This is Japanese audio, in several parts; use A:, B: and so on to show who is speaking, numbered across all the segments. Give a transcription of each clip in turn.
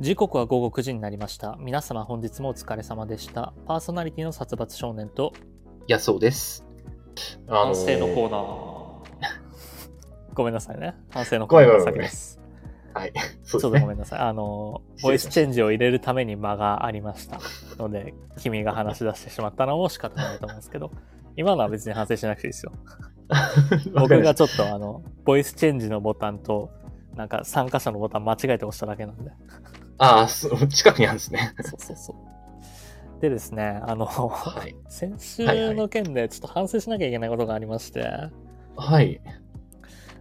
A: 時刻は午後9時になりました。皆様本日もお疲れ様でした。パーソナリティの殺伐少年と
B: やそうです。あ
A: 反省のコーナー。 ごめんなさいね。反省のコ
B: ご
A: ー
B: めん
A: ナ
B: ご
A: ー
B: めん
A: の先です。
B: はい。
A: ちょ
B: そ
A: っと
B: うで
A: ご
B: すね。
A: めんなさい。あの、
B: 失
A: ボ
B: 礼
A: イ
B: し
A: ス
B: ました
A: チェンジを入れるために間がありましたので、君が話し出してしまったのも仕方ないと思うんですけど、今のは別に反省しなくていいですよ。
B: わ
A: 僕
B: かりま
A: が
B: し
A: ちょっとあの、ボイスチェンジのボタンと、なんか参加者のボタン間違えて押しただけなんで。
B: たああ、そう近くにあるんですね。
A: そうそうそう。でですね、あの、
B: はい。
A: 先週の件でちょっと反省しなきゃいけないことがありまして、
B: はい。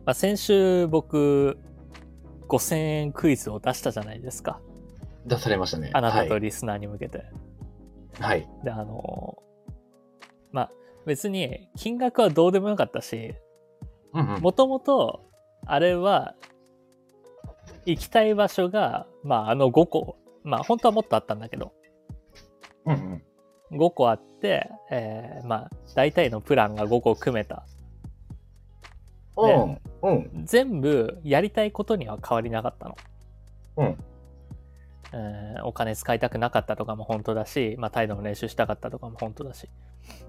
A: まあ、先週僕5000円クイズを出したじゃないですか
B: 出されましたね。
A: あなた
B: は
A: と
B: い。
A: リスナーに向けて、
B: はい。
A: であのまあ別に金額はどうでもよかったし
B: うんうん。
A: もともとあれは行きたい場所がまああの5個まあ本当はもっとあったんだけど
B: うんうん。
A: 5個あって、えーまあ大体のプランが5個組めた
B: うん。うん。
A: 全部やりたいことには変わりなかったの。
B: うん
A: えーお金使いたくなかったとかも本当だし、まあ、態度の練習したかったとかも本当だし、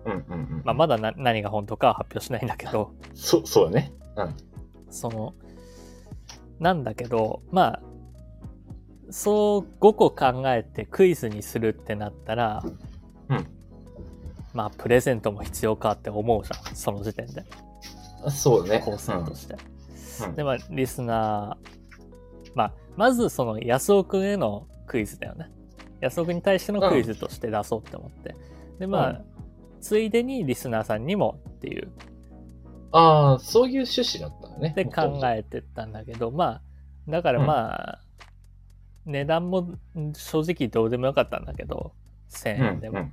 B: うんうんうん。
A: まあ、まだな何が本当かは発表しないんだけど、
B: そう、そうだね。
A: その、なんだけど、まあ、そう5個考えてクイズにするってなったら、
B: うん
A: まあ、プレゼントも必要かって思うじゃん、その時点で、
B: うん。そうだね。
A: 構成として。
B: うん
A: で、まあ、リスナー、まあ、まずその安尾くんへのクイズだよね。安尾くんに対してのクイズとして出そうって思って。で、まあ、
B: う
A: ついでにリスナーさんにもっていう。
B: ああ、そういう趣旨だったのね。
A: で、考えてったんだけど、まあ、だからまあ、値段も正直どうでもよかったんだけど、
B: うん
A: 1000円でも。
B: うん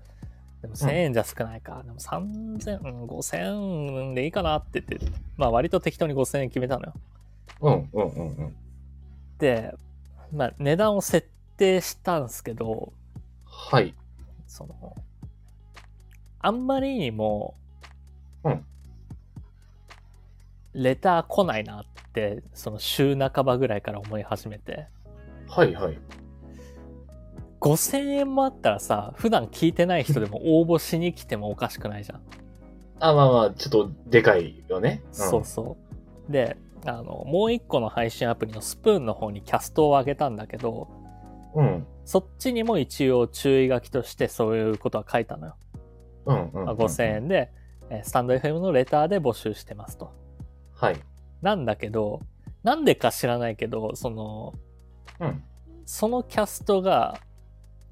A: でも1000円じゃ少ないか。でも3000、うん5000円でいいかなって言って、まあ割と適当に5000円決めたのよ。
B: うんうんうんうん。
A: で、まあ、値段を設定したんですけど
B: はい。
A: そのあんまりにも、
B: うん
A: レター来ないなってその週半ばぐらいから思い始めて
B: はいはい。
A: 5000円もあったらさ普段聞いてない人でも応募しに来てもおかしくないじゃん、
B: あまあまあ、ちょっとでかいよね。ん
A: そう。そうであのもう一個の配信アプリのスプーンの方にキャストを上げたんだけど
B: うん。
A: そっちにも一応注意書きとしてそういうことは書いたのよ
B: うんうん。
A: まあ、5000
B: 円。
A: 円で、えースタンド FM のレターで募集してますと。
B: はい。
A: なんだけど、なんでか知らないけど、その、
B: うん。
A: そのキャストが、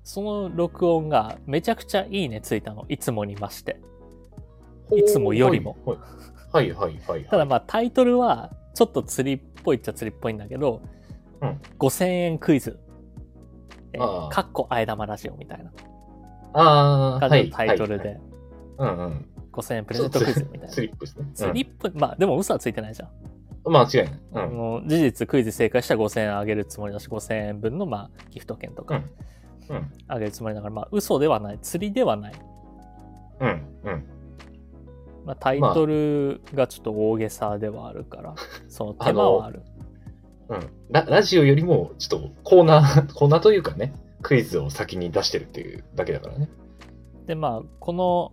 A: その録音がめちゃくちゃいいねついたの。いつもにまして。いつもよりも
B: ほう。はいはいはいはいはい。
A: ただまあタイトルは、ちょっと釣りっぽいっちゃ釣りっぽいんだけど、
B: うん
A: 5000円クイズ。え
B: あ
A: ー
B: あ
A: かっこあえ玉ラジオみたいな
B: ああ、は
A: 感じ
B: い。
A: のタイトル
B: はい。
A: で、
B: はいうんうん。
A: 5000円プレゼントクイズみたいな
B: ス。リップですね。
A: 釣りっぽい、まあでも嘘はついてないじゃん。
B: うん、間違いない。う
A: あ
B: ん。
A: の事実クイズ正解したら5000円あげるつもりだし5000円分のまあギフト券と
B: う
A: か
B: ん。うん。
A: あげるつもりだから、まあ嘘ではない釣りではない、
B: うん。うん。
A: まあ、タイトルがちょっと大げさではあるから、その手間はある
B: うん。ララジオよりも、ちょっとコーナー、コーナーというかね、クイズを先に出してるっていうだけだからね。
A: でまあこの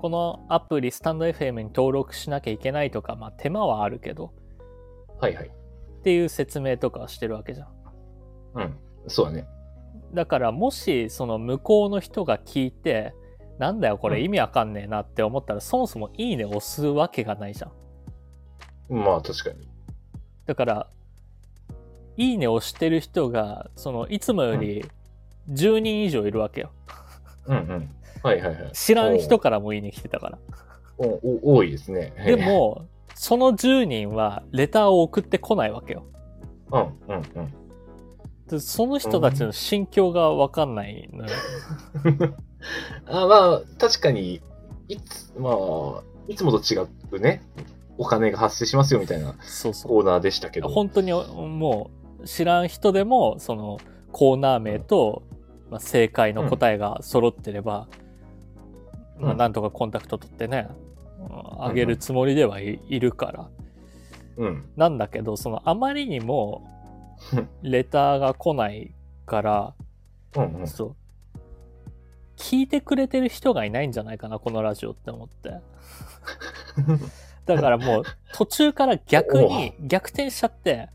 A: このアプリスタンド FM に登録しなきゃいけないとか、まあ、手間はあるけど
B: はいはい。
A: っていう説明とかはしてるわけじゃん
B: うん。そうだね。
A: だからもしその向こうの人が聞いてなんだよこれ意味わかんねえなって思ったら、そもそも「いいね」押すわけがないじゃん
B: まあ確かに。
A: だから、いいねを押してる人が、その、いつもより10人以上いるわけよ。
B: うんうん。はいはいはい。
A: 知らん人からもいいね来てたから。
B: おお多いですね。
A: でも、その10人はレターを送ってこないわけよ。
B: へえ、うんうん
A: でその人たちの心境がわかんないのよ。
B: うん。あまあ、確かに、いつ、まあ、いつもと違くね、お金が発生しますよみたいな
A: そうそ
B: コーナーでしたけ
A: う。
B: ど。
A: 本当にもう、知らん人でも、その、コーナー名と、まあ、正解の答えが揃ってれば、
B: うん
A: まあ、なんとかコンタクト取ってね、うんあげるつもりではいいるから。
B: うん。
A: なんだけど、そのあまりにもレターが来ないから、
B: うんうん。
A: そう聞いてくれてる人がいないんじゃないかなこのラジオって思って だからもう途中から逆に逆転しちゃって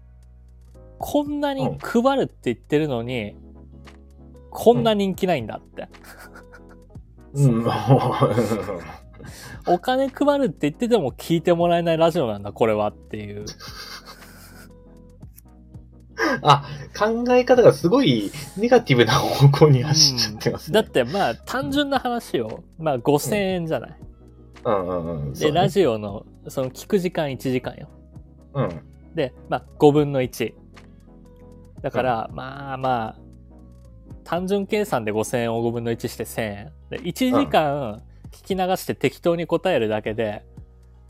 A: こんなに配るって言ってるのに、こんな人気ないんだって、
B: うん、
A: お金配るって言ってても聞いてもらえないラジオなんだこれはっていう
B: あ、考え方がすごいネガティブな方向に走っちゃってます、
A: だ
B: ね
A: っ。てまあ単純な話を、まあ、5000円じゃない、
B: うんうんうん。
A: で、
B: そうね
A: ラジオのその聞く時間1時間よ
B: うん。
A: で、まあ、5分の1。だから、まあまあ、単純計算で5000円を5分の1して1000円。で、1時間聞き流して適当に答えるだけで、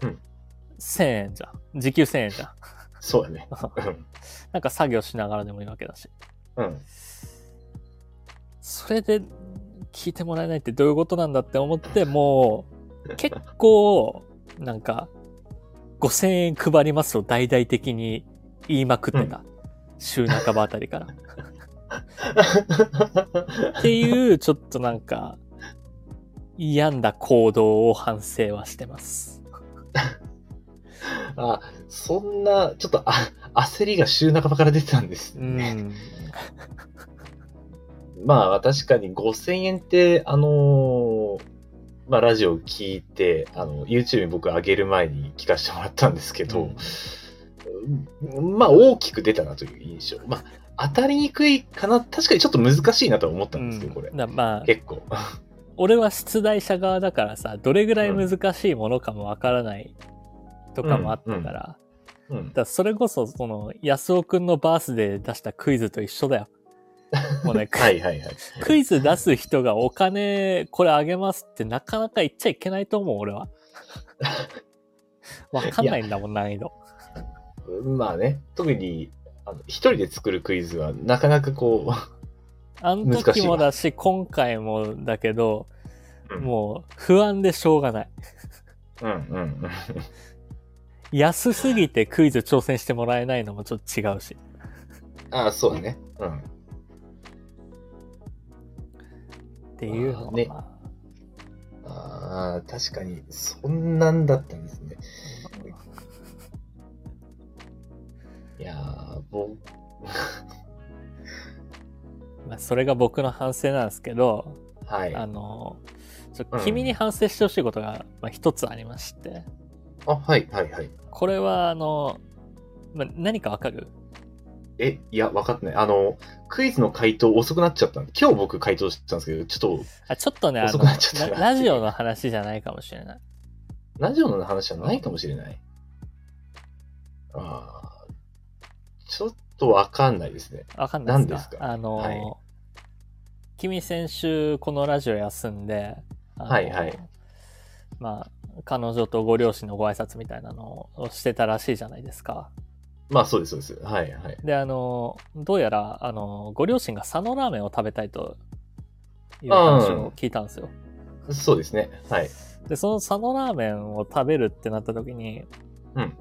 B: うん
A: 1000円じゃん。時給1000円じゃん。
B: そうだ ね。うん
A: なんか作業しながらでもいいわけだし。
B: うん。
A: それで聞いてもらえないってどういうことなんだって思って、もう、結構、なんか、5000円配りますを大々的に言いまくってた。週半ばあたりから。っていう、ちょっとなんか、病んだ行動を反省はしてます。
B: あ、そんな、ちょっとあ焦りが週半ばから出てたんです
A: う
B: ね。
A: ん。
B: まあ確かに5000円って、あのーまあラジオ聞いて、あの、YouTube に僕上げる前に聞かせてもらったんですけど、うんまあ大きく出たなという印象。まあ当たりにくいかな、確かにちょっと難しいなとは思ったんですけど、これ。
A: だまあ、
B: 結構。
A: 俺は出題者側だからさ、どれぐらい難しいものかもわからないとかもあったから、
B: うんう
A: だか
B: んうん。
A: らそれこそ、その、安尾くんのバースデーで出したクイズと一緒だ よ。もうね、ク
B: はいはいはい。
A: クイズ出す人がお金これあげますってなかなか言っちゃいけないと思う、俺 は。わかんないんだもん、難易度。
B: まあね、特に、あの一人で作るクイズは、なかなかこ
A: あの時もだし、今回もだけど、
B: うん
A: もう不安でしょうがない。
B: う、うんうんうん。
A: 安すぎてクイズ挑戦してもらえないのもちょっと違うし。
B: ああ、そうだね。う
A: っ
B: ん。
A: ていうのは、
B: ね
A: ま
B: ああ、確かに、そんなんだったんですね。いやー、僕、
A: あまあそれが僕の反省なんですけど、
B: はい。
A: あ
B: あ、
A: の、ちょ
B: うん
A: 君に反省してほしいことがまあ一つありまして、
B: はいはいはい。
A: これはあの、まあ、何かわかる
B: え、いや、分かってない。あの、クイズの回答遅くなっちゃったの今日僕回答してたんですけど、ちょっと、
A: あちょっとね、あ
B: 遅
A: の
B: くなっちゃった
A: ララジオの話じゃないかもしれない。
B: ラジオの話じゃないかもしれない。ああ、ちょっとわかんないですね。
A: わかんない
B: 何
A: で
B: ですす
A: か
B: か
A: あの、
B: はい
A: 君先週このラジオ休んで、あの
B: はいはい
A: まあ、彼女とご両親のご挨拶みたいなのをしてたらしいじゃないですか。
B: まあそうです、そうです。はいはい。
A: で、あの、どうやら、あの、ご両親が佐野ラーメンを食べたいという
B: ああ
A: 話を聞いたんですよ。
B: そうですね。はい。
A: で、その佐野ラーメンを食べるってなった時に、
B: うん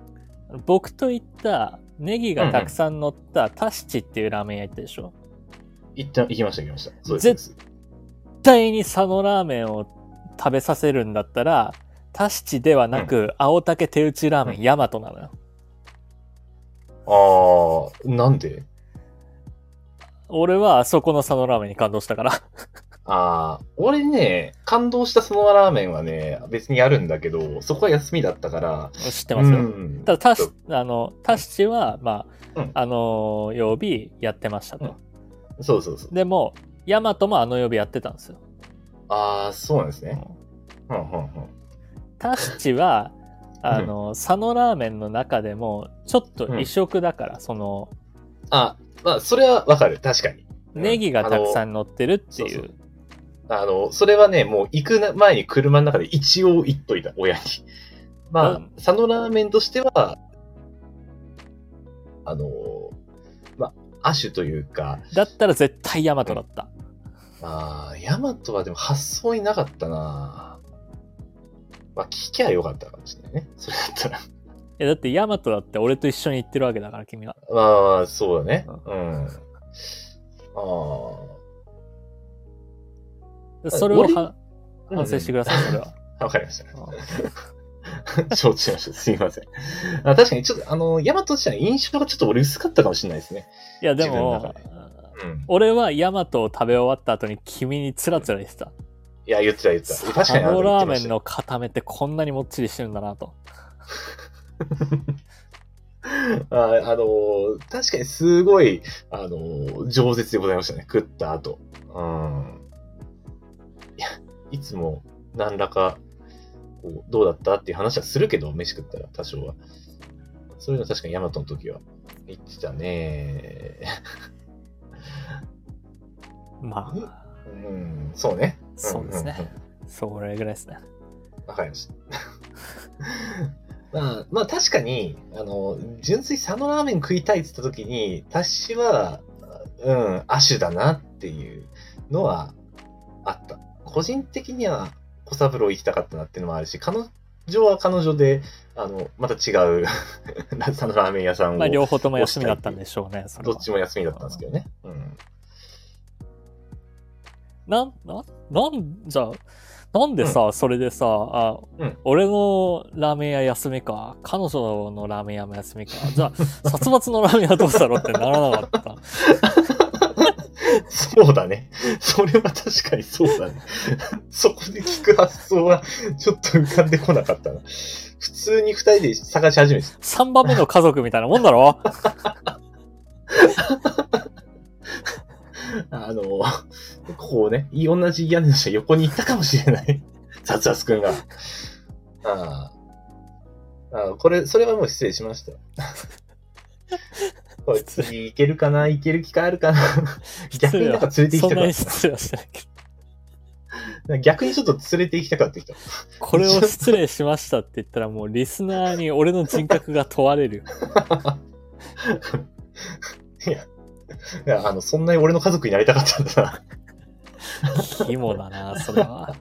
A: 僕と行ったネギがたくさん乗ったタシチっていうラーメン屋行ったでしょ。
B: 行った、行きました、行きました。そうです。
A: 絶対に佐野ラーメンを食べさせるんだったらタシチではなく、青竹手打ちラーメン、
B: うん
A: ヤマトなのよ
B: ああ、なんで
A: 俺はあそこの佐野ラーメンに感動したから
B: ああ、俺ね、感動したそのラーメンはね、別にあるんだけど、そこは休みだったから。
A: 知ってますよ、
B: うん
A: ただタシあのタシチはまあ、
B: うん
A: あの曜日やってましたと、
B: そうそうそう。
A: でもヤマトもあの曜日やってたんですよ
B: ああ、そうなんですね。うんうんうん。
A: タシチはあの、佐野ラーメンの中でもちょっと異色だから、その
B: あ、まあ、それはわかる。確かに。うん
A: ネギがたくさ
B: あの
A: ん乗ってるっていう、
B: そうそうあの、それはね、もう行くな前に車の中で一応言っといた、親に。 まあ、
A: うん
B: 佐野ラーメンとしては、あの、まあ、亜種というか、
A: だったら絶対ヤマトだった、
B: まあ、ヤマトはでも発想になかったなまあ、聞きゃよかったかもしれないね。それだった ら。
A: いやだってヤマトだって俺と一緒に行ってるわけだから君は。
B: まあ、そうだね。うん。あ
A: でそれを
B: 俺
A: は
B: あ。
A: 反省してください、そ れは。
B: うんわかりました。 承知しました。すいません。あ確かに、ちょっと、あの、ヤマト自体印象がちょっと俺薄かったかもしれないですね。
A: いや、で
B: 自分の中
A: も
B: で、うん。
A: 俺はヤマトを食べ終わった後に君につらつら言ってた。
B: いや、言ってた言ってた。確か
A: サ
B: にあ
A: ボ
B: の
A: ラ
B: 言っ
A: ー
B: てま
A: メ
B: し
A: ン
B: たよ
A: の固めってこんなにもっちりしてるんだなと。
B: ああの、確かにすごい、あの、饒舌でございましたね。食った後。うん。いや、いつも何らか、こう、どうだったっていう話はするけど、飯食ったら多少は。そういうの確かにヤマトの時は言ってたね。
A: ま
B: うん
A: あ、
B: うん、そうね。
A: そうです
B: んん
A: ね。
B: ん
A: それぐらいですね。
B: わかりました。 まあ、まあ確かに、あの、純粋佐野ラーメン食いたいって言った時に、私は、うん、亜種だなっていうのはあった。個人的には小三郎行きたかったなっていうのもあるし、彼女は彼女で、あの、また違う 佐野ラーメン屋さんを、
A: まあ、両方とも休みだったんでしょうね。それ
B: ど
A: は
B: っちも休みだったんですけどね。うん。
A: なん、なん、なんじゃ、なんでさ、それでさ、あ、
B: うん
A: 俺のラーメン屋休みか、彼女のラーメン屋も休みか、じゃあ、 殺伐のラーメン屋どうしたろってならなかった。
B: そうだね。それは確かにそうだね。そこで聞く発想はちょっと浮かんでこなかったな。普通に二人で探し始めて
A: 3番目の家族みたいなもんだろ
B: た。あの、こうね、同じ屋根の下横に行ったかもしれない。サツアスくんが。ああ。ああこれ、それはもう失礼しました。これ次行けるかな行ける機会あるかな 逆になんか連れて
A: そ
B: 行き
A: ん
B: た
A: な
B: か
A: に
B: っ
A: 失礼はしてないけど。
B: た。逆にちょっと連れて行きたかった人。
A: これを失礼しましたって言ったら、もうリスナーに俺の人格が問われ るよ。
B: いや、いやあの、そんなに俺の家族になりたかったんだな。
A: 肝だな、それは。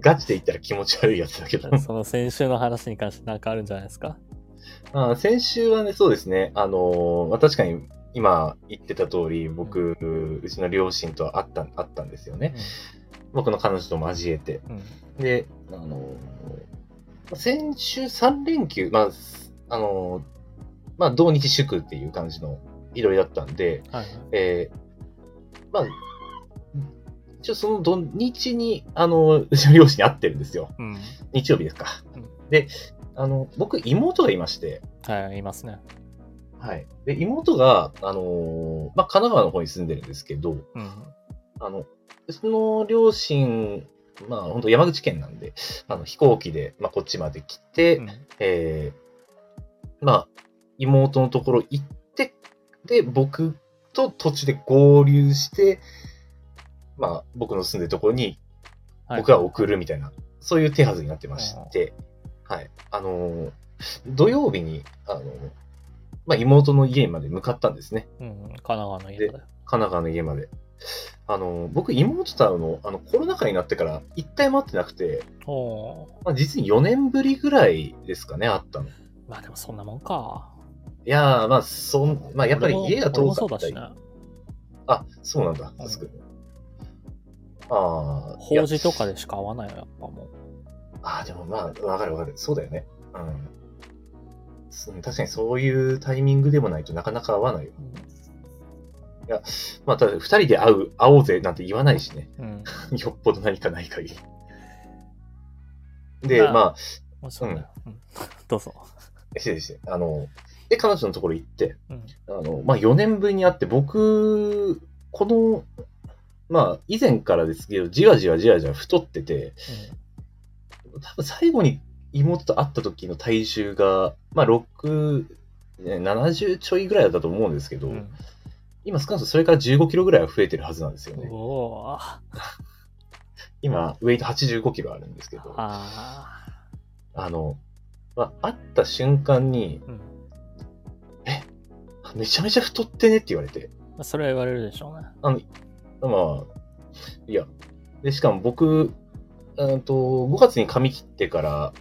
B: ガチで言ったら気持ち悪いやつだけど。
A: その先週の話に関してなんかあるんじゃないですか
B: あ先週はね、そうですね。あのーまあ、確かに今言ってた通り、僕、うちの両親と会った、会ったんですよね。僕の彼女と交えて。
A: うんうん
B: で、あのー先週3連休、まあ、あのーまあ、同日祝っていう感じの色々だったんで、
A: はい
B: えーまあ、一応その土日に、あの、うちの両親に会ってるんですよ。
A: うん
B: 日曜日ですか
A: うん。
B: で、あの、僕、妹がいまして、
A: はい、いますね。
B: はい。で、妹が、あのーまあ、神奈川の方に住んでるんですけど、
A: うん。
B: あの、その両親、まあ、本当山口県なんで、あの、飛行機で、まあ、こっちまで来て、
A: うん
B: えーまあ、妹のところ行って、で、僕と土地で合流して、まあ、僕の住んでるところに
A: はい
B: 僕が送るみたいな、そういう手はずになってまして、はい。あのー土曜日に、あのーまあ、妹の家まで向かったんですね。
A: うん、神奈川の家だよ。
B: 神奈川の家まで。あのー僕、妹と会うの、あの、コロナ禍になってから一回も会ってなくて、
A: おー
B: まあ、実に4年ぶりぐらいですかね、会ったの。
A: まあでもそんなもんか。
B: いやー、まあ、そん、まあ、やっぱり
A: 俺も
B: 家が
A: 俺
B: 遠
A: もそうだ
B: かった
A: し
B: り。
A: ね。
B: あ、そうなんだ、
A: うん
B: 確かに。ああ、いや
A: 法事とかでしか会わないよ、やっぱも
B: ああ、でもまあ、わかるわかる。そうだよね。うんす。確かにそういうタイミングでもないとなかなか合わないよ。
A: う。
B: まあ、ただ、二人で会う、会おうぜなんて言わないしね。
A: うん。うん
B: よっぽど何かない限り。で、
A: まあ
B: まあ、
A: もちろんだよ。うん どうぞ。
B: 失礼して、あの、で、彼女のところ行って、
A: うん
B: あの、まあ、4年ぶりに会って、僕、この、まあ、以前からですけど、じわじわじわじわ太ってて、多分最後に妹と会った時の体重が、まあ、6、ね70ちょいぐらいだったと思うんですけど、
A: うんうん
B: 今少なくともそれから15キロぐらいは増えてるはずなんですよね。
A: おーあ
B: 今、ウェイト85キロあるんですけど、あ
A: あ
B: の、まあ、会った瞬間に、
A: ー。うん
B: めちゃめちゃ太ってねって言われて、
A: まあそれは言われるでしょうね。
B: まあ、いや、で、しかも僕、うんと、5月に髪切ってから、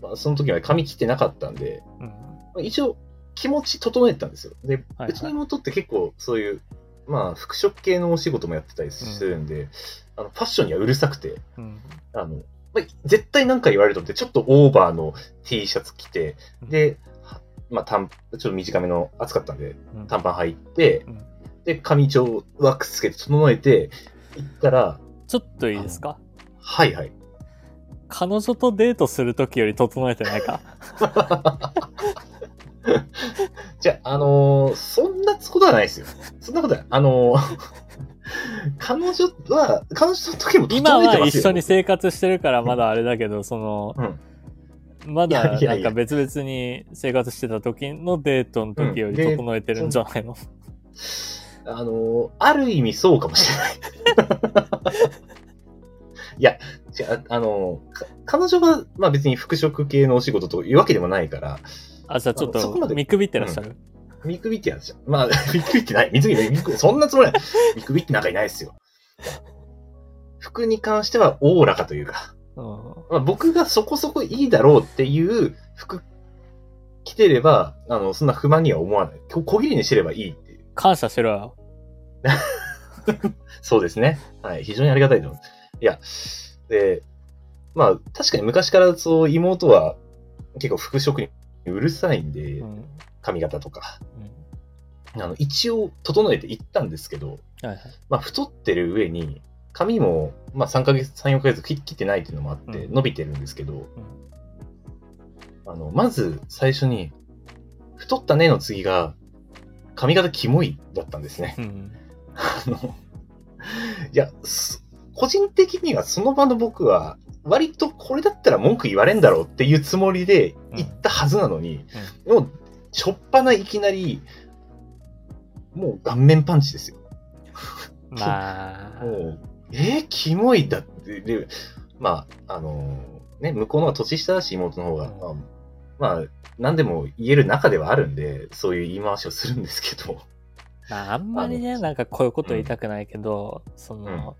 B: まあ、その時まで髪切ってなかったんで、
A: うん。
B: まあ一応、気持ち整えてたんですよ。で、
A: はいう
B: ちの妹って結構そういう、まあ、服飾系のお仕事もやってたりするんで、あのファッションにはうるさくて、
A: うん
B: あの、まあ、絶対何か言われると思って、ちょっとオーバーの T シャツ着て、で、はまあ、短ちょっと短めの、暑かったんで、
A: うん
B: 短パン履いて
A: うん、
B: で、髪一応ワックスつけて整えて、行ったら、
A: ちょっといいですか
B: はいはい。
A: 彼女とデートする時より整えてないか
B: じゃあ、あのーそんなことはないですよ。そんなことない。あのー 彼女は、彼女の時 も整えてます
A: 今
B: よ。
A: は一緒に生活してるからまだあれだけどその
B: うん。
A: まだ
B: いや
A: ない
B: や
A: ん
B: い
A: か
B: や
A: 別々に生活してた時のデートの時より整えてるんじゃないの、
B: あのーある意味そうかもしれない。 いや、違うあのーか彼女は、まあ、別に服飾系のお仕事というわけでもないから、
A: あじゃあちょっ
B: そこま
A: と
B: で
A: 見くびってらっしゃる、
B: 見くびってやつじゃん。まあ、 見くびってない。見くびってない見くび。そんなつもりはない。見くびってなんかいないですよ。服に関してはおおらかというか、
A: うん
B: まあ、僕がそこそこいいだろうっていう服着てれば、あの、そんな不満には思わない。こ小切りにしてればいいっていう。
A: 感謝しろよ
B: そうですね。はい。非常にありがたいと思います。いや、で、まあ、確かに昔からそう、妹は結構服飾にうるさいんで、
A: うんうん
B: 髪型とか。あの、一応整えていったんですけど、
A: はいはい
B: まあ、太ってる上に、髪も、まあ、3ヶ月、3、4ヶ月切切ってないっていうのもあって、
A: うん
B: 伸びてるんですけど、あの、まず最初に、太ったねの次が、髪型キモいだったんですね。
A: うん
B: あの、 いや、す個人的にはその場の僕は、割とこれだったら文句言われんだろうっていうつもりで行ったはずなのに、もう、しょっぱないきなり、もう顔面パンチですよ。
A: まあ
B: もう、えー、キモいだって、で、まあ、あのーね、向こうのは年下だし、妹の方が、
A: う
B: まあ、まあ、何でも言える中ではあるんで、そういう言い回しをするんですけど、
A: まあ、あんまりね、
B: あの
A: なんかこういうこと言いたくないけど、その、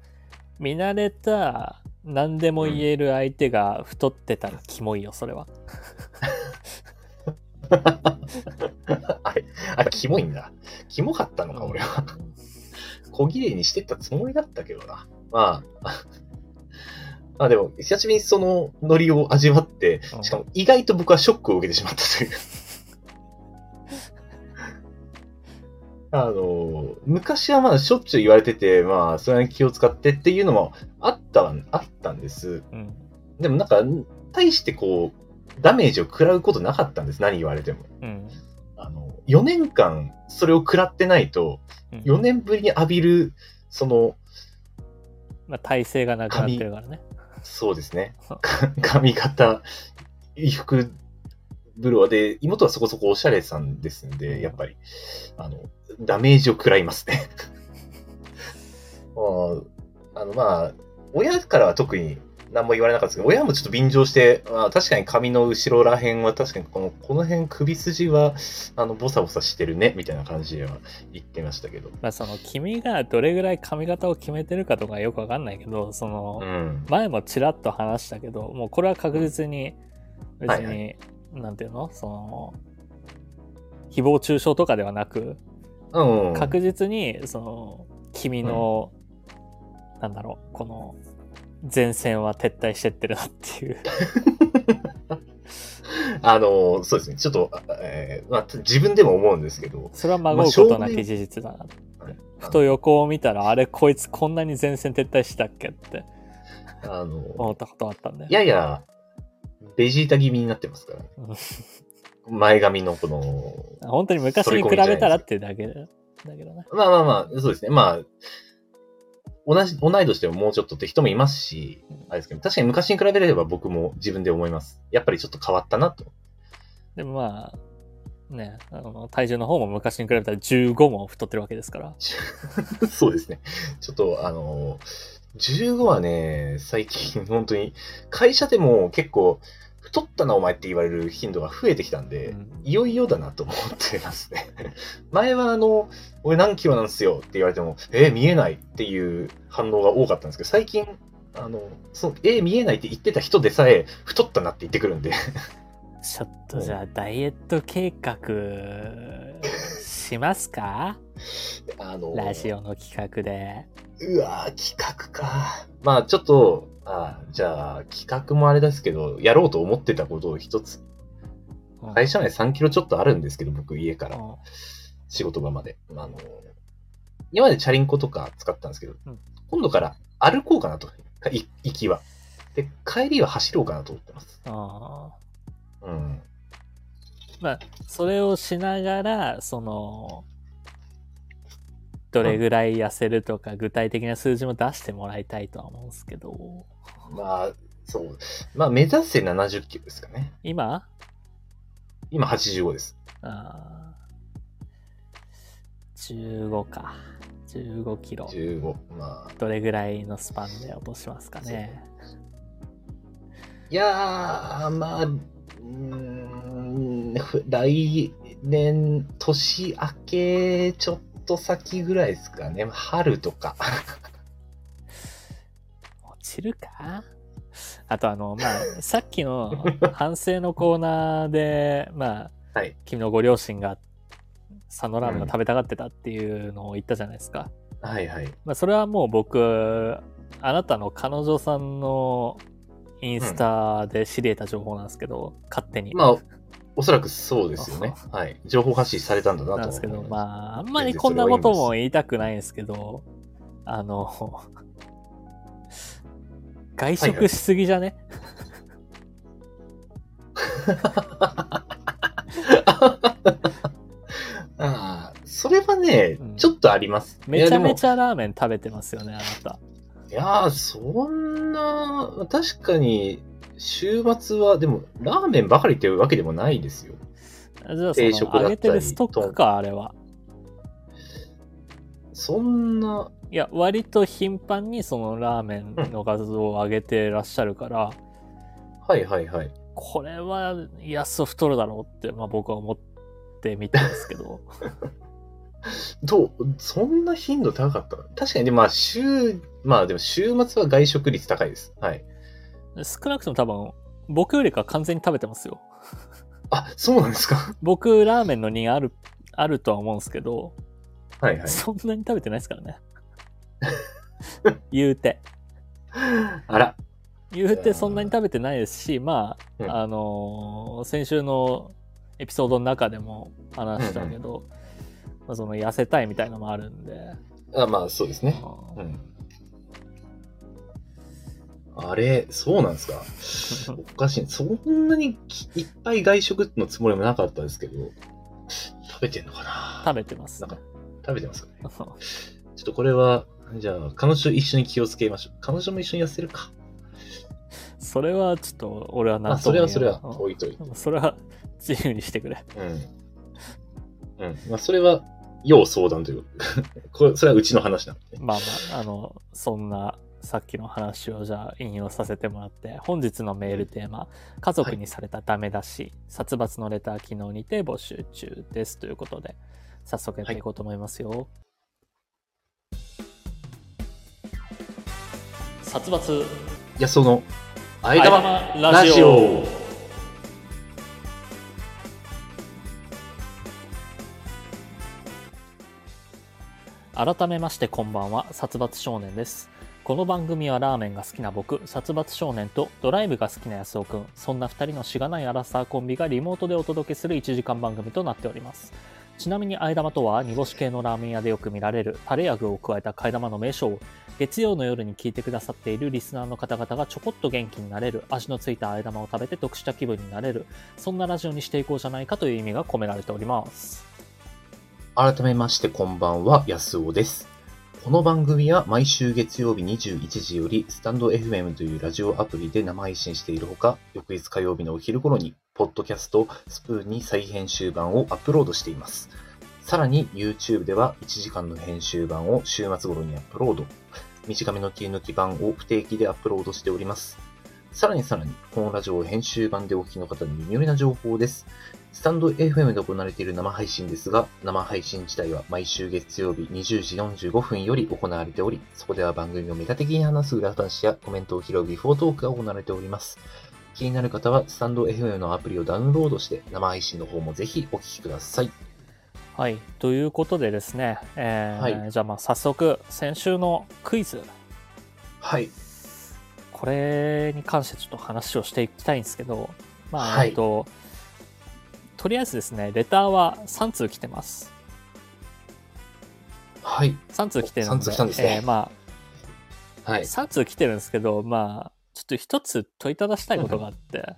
A: 見慣れた、何でも言える相手が太ってたらキモいよ、それは。
B: あれ、 あれ、キモいんだ。キモかったのか、俺は。 小綺麗にしてったつもりだったけどな。まあ、 まあでも、久しぶりにそのノリを味わって
A: う、ん
B: しかも意外と僕はショックを受けてしまったという。 あの、昔はまあしょっちゅう言われてて、まあ、それに気を使ってっていうのもあったは、あったんです。
A: うん。
B: でもなんか、対してこう、ダメージを食らうことなかったんです。何言われても。
A: うん。
B: あの、4年間それを食らってないと、
A: うん
B: 4年ぶりに浴びる、その、
A: まあ、体勢がなくなってるからね。
B: そうですね。か髪型、衣服、ブローで、妹はそこそこおしゃれさんですんで、やっぱり、あの、ダメージを食らいます ね。ああの、まあ、親からは特に何も言われなかったですけど、親もちょっと便乗して、まあ、確かに髪の後ろら辺は、確かにこの、この辺首筋は、あの、ボサボサしてるね、みたいな感じでは言ってましたけど。
A: まあ、その、君がどれぐらい髪型を決めてるかとかよくわかんないけど、その、
B: うん。
A: 前もちらっと話したけど、もうこれは確実に、別に、
B: はいは
A: なんていうのその、誹謗中傷とかではなく、
B: うん。
A: 確実にその君の、なんだろうこの前線は撤退してってるなっていう
B: あの、そうですね。ちょっと、えーまあ、自分でも思うんですけど、
A: それは孫うことなき事実だなって、ふと横を見たらあれこいつこんなに前線撤退したっけって
B: あの、
A: 思ったことあったんで
B: やや、ベジータ気味になってますからね
A: うん。
B: 前髪のこの、
A: 本当に昔に比べたらっていうだけだけどね
B: まあまあまあ、そうですね。まあ、同じ、同い年でももうちょっとって人もいますし、あれですけど、確かに昔に比べれば僕も自分で思います。やっぱりちょっと変わったなと。
A: でもまあねあの体重の方も昔に比べたら15も太ってるわけですから
B: そうですね。ちょっと、あの、15はね、最近本当に、会社でも結構、太ったなお前って言われる頻度が増えてきたんで、
A: うん
B: いよいよだなと思ってますね。 前はあの、俺何キロなんすよって言われても、えー見えないっていう反応が多かったんですけど、最近、あの、その、えー見えないって言ってた人でさえ、太ったなって言ってくるんで、
A: ちょっとじゃあダイエット計画しますか
B: あの
A: ラジオの企画で。
B: うわー企画か。まあちょっと、あーじゃあ企画もあれですけど、やろうと思ってたことを一つ、
A: うん
B: 会社内3キロちょっとあるんですけど、僕家から
A: うん
B: 仕事場まで。あの、今までチャリンコとか使ったんですけど、
A: うん
B: 今度から歩こうかなと。い行きは。で、帰りは走ろうかなと思ってます。
A: うん
B: うん。
A: それをしながら、その、どれぐらい痩せるとか、具体的な数字も出してもらいたいとは思うんですけど、
B: まあ、そう。まあ、目指せ70キロですかね。
A: 今
B: 今85です。
A: あー15か。15キロ。
B: 15。まあ、
A: どれぐらいのスパンで落としますかね。
B: いやー、まあ、うーん、ふ来年、年明け、ちょっと先ぐらいですかね。春とか。
A: 落ちるかあとあの、まあ、 さっきの反省のコーナーで、まあ、
B: はい。
A: 君のご両親が佐野ラーメンを食べたがってたっていうのを言ったじゃないですか。
B: はいはい。
A: まあ、それはもう僕、あなたの彼女さんのインスタで知り得た情報なんですけど、勝手に。
B: まあ、おそらくそうですよね。はい。情報発信されたんだなと
A: なん
B: 思
A: ですけど、
B: あ。
A: まあ、あんまりこんなことも言いたくないんですけど、あの、外食しすぎじゃね、
B: ああ、それはね
A: うん、
B: ちょっとあります。
A: めちゃめ
B: ゃ。
A: ちゃラーメン食べてますよね、あなた。
B: いやー、そんな、確かに、週末は、でも、ラーメンばかりっていうわけでもないですよ。
A: じゃあ、そ
B: 定食だった
A: の、揚
B: り
A: げてるストックか、あれは。
B: そんな、
A: いや、割と頻繁にそのラーメンの画像を上げてらっしゃるから、
B: はいはいはい。
A: これは安太るだろうって、まあ、僕は思ってみたんですけど
B: どうそんな頻度高かった確かに、でまあ、週、まあでも週末は外食率高いです。はい。
A: 少なくとも多分僕よりか完全に食べてますよ
B: あ、そうなんですか
A: 僕ラーメンの2あるあるとは思うんですけど、
B: はいはい。
A: そんなに食べてないですからね言うて
B: あら。
A: 言うてそんなに食べてないですしまあ、
B: うん
A: あのー先週のエピソードの中でも話したけど、まあ、その痩せたいみたいのもあるんで、
B: あまあ、そうですね。
A: うん
B: うん。あれ、そうなんです かおかしい。そんなにきいっぱい外食のつもりもなかったですけど、食べてんのかな
A: 食べてます
B: なんか食べてますかねちょっとこれは、じゃあ、彼女と一緒に気をつけましょう。彼女も一緒に痩せるか。
A: それはちょっと俺は
B: まあ、
A: 何と
B: そ
A: も
B: れ
A: 言え
B: は
A: ない
B: それは、
A: うん
B: 置いといて。
A: それは自由にしてくれ。
B: うん。うん。まあ、それは、要相談という。 これ、それはうちの話なんでね。
A: まあまあ、あの、そんなさっきの話をじゃあ引用させてもらって、本日のメールテーマ、家族にされたダメ出し、殺伐のレター機能にて募集中ですということで、早速やっていこうと思いますよ。殺伐
B: いや、その、あ
A: あ
B: い
A: い
B: だ
A: だ
B: ま
A: ま
B: ラ
A: ラ
B: ジ
A: ジオ
B: オ。
A: 改めましてこんばんは殺伐少年ですこの番組はラーメンが好きな僕殺伐少年とドライブが好きな安尾くんそんな2人のしがないアラサーコンビがリモートでお届けする1時間番組となっておりますちなみにあえ玉とは煮干し系のラーメン屋でよく見られるタレや具を加えた替え玉の名称を月曜の夜に聞いてくださっているリスナーの方々がちょこっと元気になれる味のついたあえ玉を食べて得した気分になれるそんなラジオにしていこうじゃないかという意味が込められております
B: 改めましてこんばんは、安尾です。この番組は毎週月曜日21時より、スタンド FM というラジオアプリで生配信しているほか、翌日火曜日のお昼頃に、ポッドキャスト、スプーンに再編集版をアップロードしています。さらに YouTube では1時間の編集版を週末頃にアップロード。短めの切り抜き版を不定期でアップロードしております。さらにさらに、このラジオを編集版でお聞きの方に微妙な情報です。スタンド FM で行われている生配信ですが、生配信自体は毎週月曜日20時45分より行われており、そこでは番組をメタ的に話す裏話やコメントを拾うビフォートークが行われております。気になる方は、スタンド FM のアプリをダウンロードして、生配信の方もぜひお聞きください。
A: はい、ということでですね、えー
B: はい
A: じゃあまあ早速先週のクイズ
B: はい。
A: これに関してちょっと話をしていきたいんですけど、まあ
B: はい
A: えっととりあえずですねレターは3通来てます
B: はい。
A: 3通来てるの
B: お三通来たんですね
A: えーま
B: は
A: あ、
B: い。
A: 3通来てるんですけどまあちょっと一つ問いただしたいことがあ って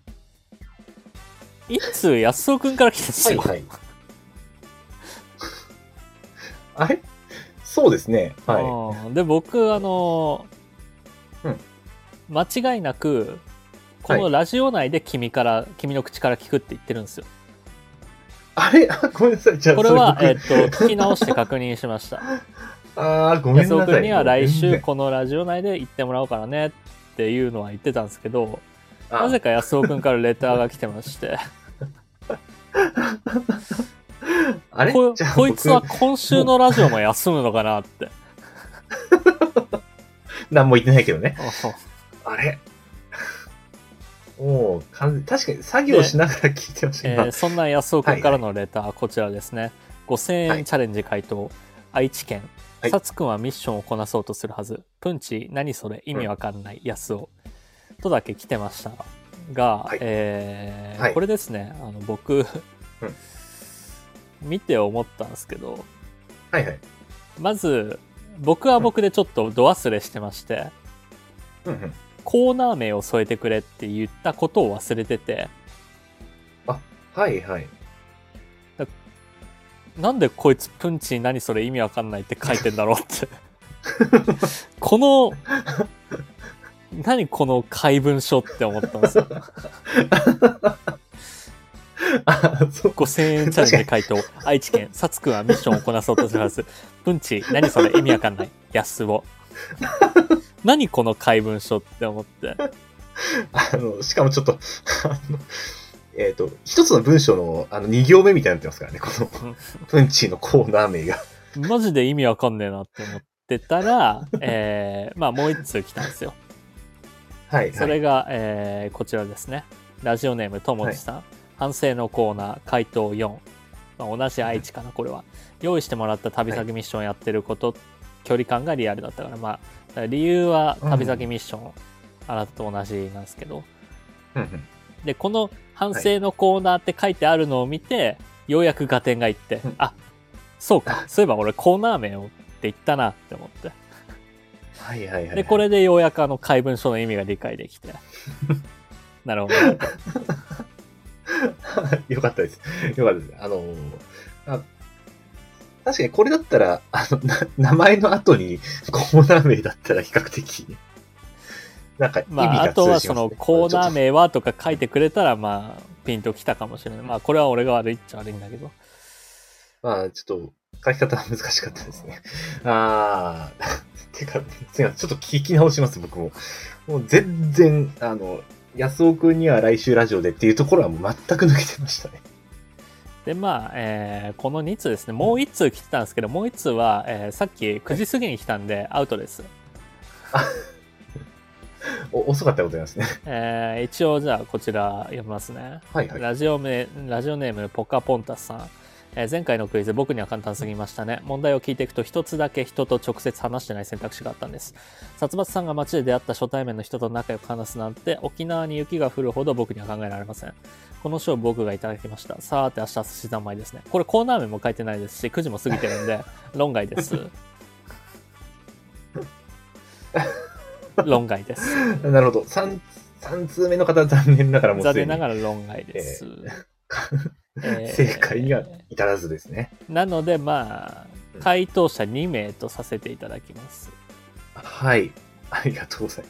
A: 1通安尾くんから来てるんです
B: はい、
A: よ、
B: はい。あれそうですね。は
A: うんで僕あの、
B: うん
A: 間違いなくこの
B: はい
A: ラジオ内で君から、君の口から聞くって言ってるんですよ
B: い。あれあごめんなさい。じゃあ、
A: これは
B: そ
A: えっ
B: 僕
A: と聞き直して 確認しました
B: あーごめん
A: 安
B: な
A: 尾
B: さ
A: 君
B: い。
A: には来
B: 全
A: 週
B: 然
A: このラジオ内で言ってもらおうからねっていうのは言ってたんですけど
B: あ
A: なぜか安尾君からレターが来てまして
B: あれ
A: こ
B: じゃあ
A: こいつは今週のラジオも休むのかな って
B: 僕何も言ってないけどね。
A: うん
B: あれ もう完全、確かに作業しながら聞いてました、
A: え
B: 今
A: ーそんな安尾くんからのレター、こちらですね。5000
B: は
A: 円
B: い
A: チャレンジ回答、愛知県。
B: はい
A: さつくんはミッションをこなそうとするはず。プンチ、何それ、意味わかんない、安尾。とだけ来てましたが、
B: はい
A: えー
B: はい
A: これですね、あの僕、見て思ったんですけど、
B: はいはい。
A: まず、僕は僕でちょっと度忘れしてまして、
B: うんうん。
A: コーナー名を添えてくれって言ったことを忘れてて、
B: はいはい。
A: なんでこいつプンチに何それ意味わかんないって書いてんだろうってこの何この怪文書って思ったんですよ
B: あ、そう。
A: 5000円チャレンジ回答愛知県さつくんはミッションをこなそうとするはずプンチ何それ意味わかんない安を何この怪文書って思って
B: あの、しかもちょっと、あの、えっ、と、一つの文章の、あの、二行目みたいになってますからね、この、 プンチのコーナー名が。
A: マジで意味わかんねえなって思ってたら、えーまあもう一通来たんですよ
B: はい、はい。
A: それが、えーこちらですね。ラジオネームともちさん、反省のコーナー、回答4。まあ、同じ愛知かな、これは。用意してもらった旅先ミッションやってること、距離感がリアルだったから、まあ、理由は旅先ミッション、あなたと同じなんですけど。
B: うんうん。
A: で、この反省のコーナーって書いてあるのを見て、ようやく合点がいって
B: うん、
A: あ、そう か、そういえば俺コーナー名をって言ったなって思って。
B: はいはいはい。
A: で、これでようやくあの怪文書の意味が理解できて。なるほど。
B: よかったです。よかったです。あのーあ確かにこれだったら、あの、な名前の後にコーナー名だったら比較的、なんか意味
A: まあ、あ
B: が通
A: とは
B: じますね
A: そのコーナー名はとか書いてくれたら、まあ、ピンときたかもしれない。まあ、これは俺が悪いっちゃ悪いんだけど。
B: まあ、ちょっと、書き方は難しかったですね。あー、 てか、すいません、ちょっと聞き直します、僕も。もう全然、あの、安尾くんには来週ラジオでっていうところはもう全く抜けてましたね。
A: で、まあ、えーこの2通ですね。もう1通来てたんですけど、もう1通は、えーさっき9時過ぎに来たんで、アウトです。
B: お遅かったことですね。
A: えー一応、じゃあ、こちら読みますね。
B: はいはい。
A: ラジオ名ラジオネームポカポンタさん、えー前回のクイズ僕には簡単すぎましたね問題を聞いていくと一つだけ人と直接話してない選択肢があったんです殺伐さんが街で出会った初対面の人と仲良く話すなんて沖縄に雪が降るほど僕には考えられませんこの賞僕がいただきましたさーて明日寿司三昧ですねこれコーナー名も書いてないですし9時も過ぎてるん で論外です論外です
B: なるほど。3、三通目の方は残念ながらもう
A: 残
B: す
A: 念
B: でに
A: ながら論外です、えー
B: 正解には至らずですね。
A: なのでま
B: う
A: あ
B: ん
A: 回答者2名とさせていただきます。
B: はい。ありがとうござい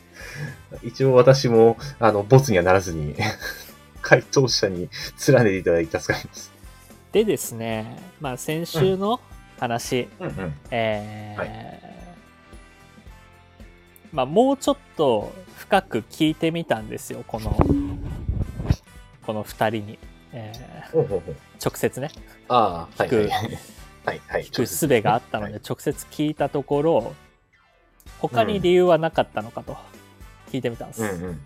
B: ます。一応私も、あの、ボツにはならずに、 回答者に連ねていただいて助かります。
A: でですね、まあ、先週の話、
B: うんうん。
A: えー
B: は
A: まあ、もうちょっと深く聞いてみたんですよこのこの2人に、えー
B: ほうほうほう。
A: 直接ね
B: ああ、はい、はい。はい、はい。
A: 聞く術があったの
B: はい
A: で直接聞いたところ他に理由はなかったのかと聞いてみたんです、
B: うんうん。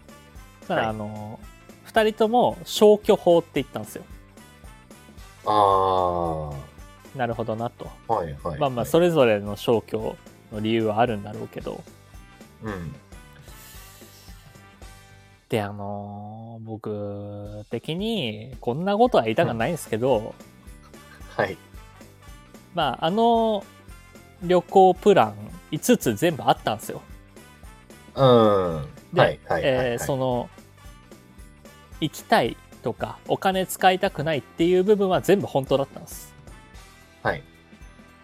A: ただ
B: はい
A: あの2人とも消去法って言ったんですよ
B: ああ。
A: なるほどなと。
B: はいはい。
A: まあまあ、それぞれの消去の理由はあるんだろうけど。
B: うん。
A: で、あのー僕的に、こんなことは言いたくないんですけど、
B: はい。
A: まあ、あの旅行プラン5つ全部あったんですよ。
B: うん。はい
A: で
B: はいはい。
A: えー
B: は
A: その行きたいとかお金使いたくないっていう部分は全部本当だったんです
B: いはい。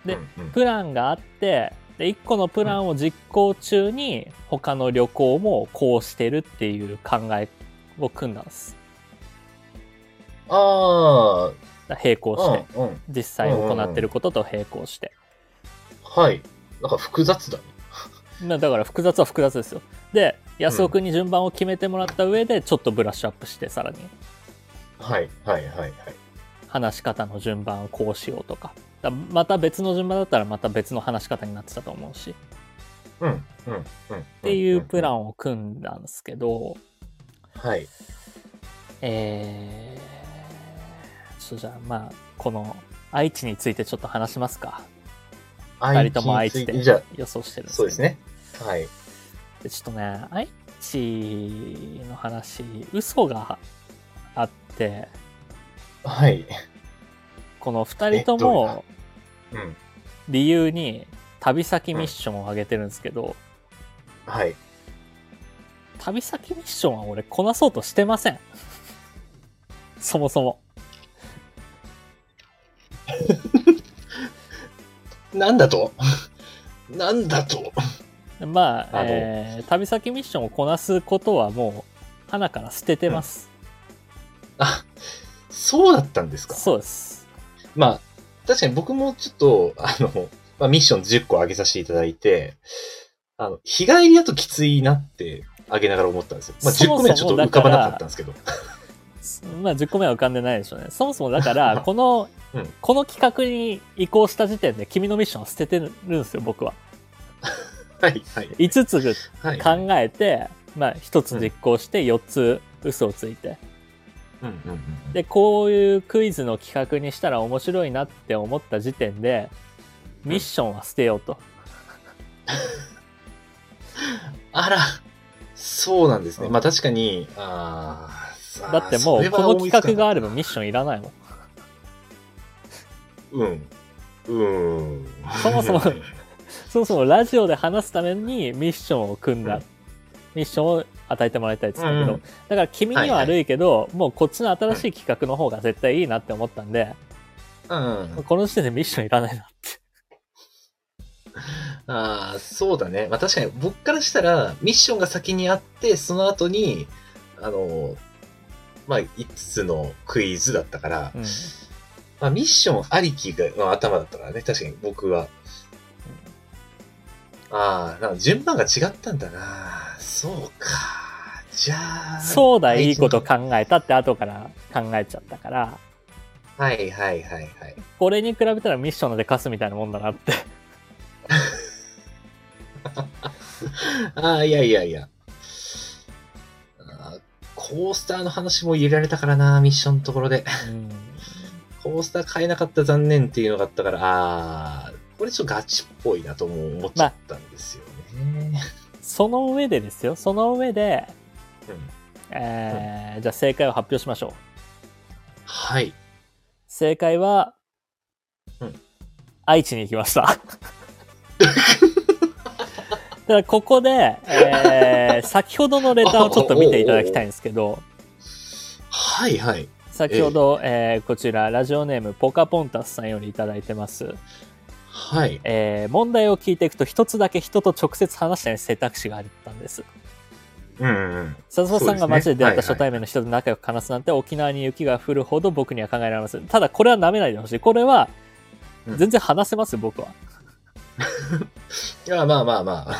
A: で
B: うんうん
A: プランがあってで1個のプランを実行中に他の旅行もこうしてるっていう考えを組んだんです
B: あ
A: だ並行し
B: あ、
A: て
B: うんうん。
A: 実際行ってることと並行して、
B: はい。なんか複雑だね。
A: まあ、だから複雑は複雑ですよで安尾君に順番を決めてもらった上でちょっとブラッシュアップしてさらに
B: はいはいはいはい。
A: 話し方の順番をこうしようとかだまた別の順番だったらまた別の話し方になってたと思うしっ
B: うんうんうん。
A: ていうプラ
B: ン。
A: ンを組んだんですけど
B: はい。
A: えー、ちょっとじゃあまあこの愛知についてちょっと話しますか
B: 愛
A: 人とも愛知で
B: じゃあ、
A: 予想してるんです
B: そうですね。はい。
A: でちょっとね愛知の話嘘があって
B: はい。
A: この2人と
B: えど
A: も
B: うん。
A: 理由に旅先ミッションを上げてるんですけど、
B: はい。
A: 旅先ミッションは俺こなそうとしてません そもそも
B: なんだと なんだと
A: まあ
B: あの
A: えー旅先ミッションをこなすことはもう花から捨ててます、
B: あ、そうだったんですか
A: そうです
B: まあ、確かに僕もちょっと、あの、まあ、ミッション10個上げさせていただいて、あの、日帰りだときついなって、上げながら思ったんですよ。まあ、
A: そ
B: 10
A: もそも
B: 個目はちょっと浮かばなかったんですけど。
A: まあ10個目は浮かんでないでしょうねそもそもだから この、
B: うん
A: この企画に移行した時点で君のミッションを捨ててるんですよ僕は
B: はい、はい。
A: 5つ
B: はい。
A: 考えて、まあ、1つ実行して4つ嘘をついて
B: うんうんうんうん
A: でこういうクイズの企画にしたら面白いなって思った時点でミッションは捨てようと、
B: あら、そうなんですね。まあ確かに、あーさあ
A: だっても
B: そうれ
A: こ
B: は
A: の
B: 思い
A: 企
B: つか
A: 画
B: な
A: があればミッションいらないもん
B: うん。うん。
A: そもそもそもそもラジオで話すためにミッションを組んだ、
B: うん
A: ミッションを与えてもらいたいって言ったけど、
B: うんうん
A: だから君には悪いけど、もうこっちの新しい企画の方が絶対いいなって思ったんで、
B: うん。
A: この時点でミッションいらないな
B: ああ、そうだね。まあ確かに僕からしたら、ミッションが先にあって、その後に、あの、まあ5つのクイズだったから、
A: うん
B: まあミッションありきがの頭だったからね。確かに僕は。ああ、なんか順番が違ったんだな。そうか。じゃあ。
A: そうだいいこと考えたって後から考えちゃったから
B: はいはいはいはい。
A: これに比べたらミッションので貸すみたいなもんだなって
B: ああ、いやいやいや。あーコースターの話も入れられたからな、ミッションのところで。
A: うん
B: コースター買えなかった残念っていうのがあったから、ああ、これちょっとガチっぽいなとも思っちゃったんですよね。
A: その上でですよその上で、
B: うん
A: えーじゃあ正解を発表しましょう
B: はい。
A: 正解は、
B: うん
A: 愛知に行きました だからここで、えー先ほどのレターをちょっと見ていただきたいんですけど
B: はいはい。
A: 先ほど、えーこちらラジオネームポカポンタスさんよりいただいてます、
B: はい。
A: えー問題を聞いていくと一つだけ人と直接話したい選択肢があったんです
B: うんうん。
A: 笹田さんが街で出会った
B: そう
A: 初
B: ですね
A: 対面の人と仲良く話すなんて、沖縄に雪が降るほど僕には考えられませんただこれは舐めないでほしいこれは
B: うん
A: 全然話せます、僕はい
B: や、まあまあまあ。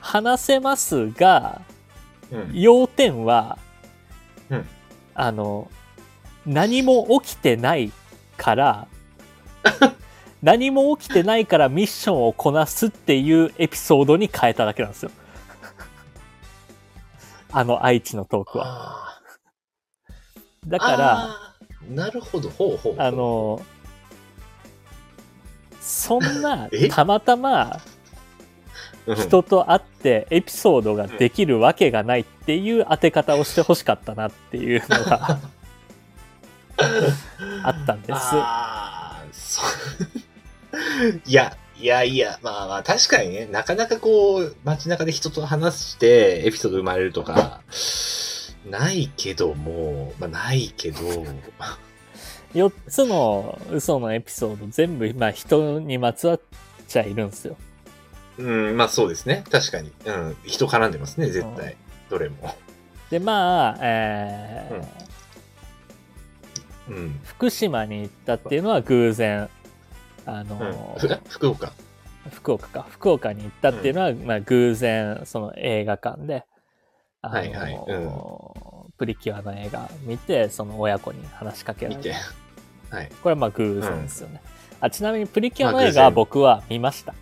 A: 話せますが
B: うん。
A: 要点は、
B: うん
A: あの何も起きてないから 何も起きてないからミッションをこなすっていうエピソードに変えただけ なんですよあの愛知のトークは
B: あー
A: だから
B: あーなるほど。ほうほうほう。
A: あのそんな
B: え
A: たまたま
B: うん
A: 人と会ってエピソードができるわけがないっていう当て方をしてほしかったなっていうのがあったんです。
B: ああ、そう。 いや、いやいや、まあまあ確かにね、なかなかこう、街中で人と話してエピソード生まれるとか、ないけども、まあないけど、
A: 4つの嘘のエピソード全部今人にまつわっちゃいるんですよ。
B: うん、まあそうですね、確かに。うん、人絡んでますね、絶対。どれも。
A: でまあ、えー
B: うんうん。
A: 福島に行ったっていうのは偶然あの、
B: うん、福岡。
A: 福岡か福岡に行ったっていうのは、まあ、偶然その映画館で。あの
B: はいはいうん
A: プリキュアの映画見てその親子に話しかけら
B: 見
A: れ
B: て
A: て。
B: はい。
A: これはまあ偶然ですよね、あちなみにプリキュアの
B: ま
A: 映
B: あ偶然
A: 画は僕は見ました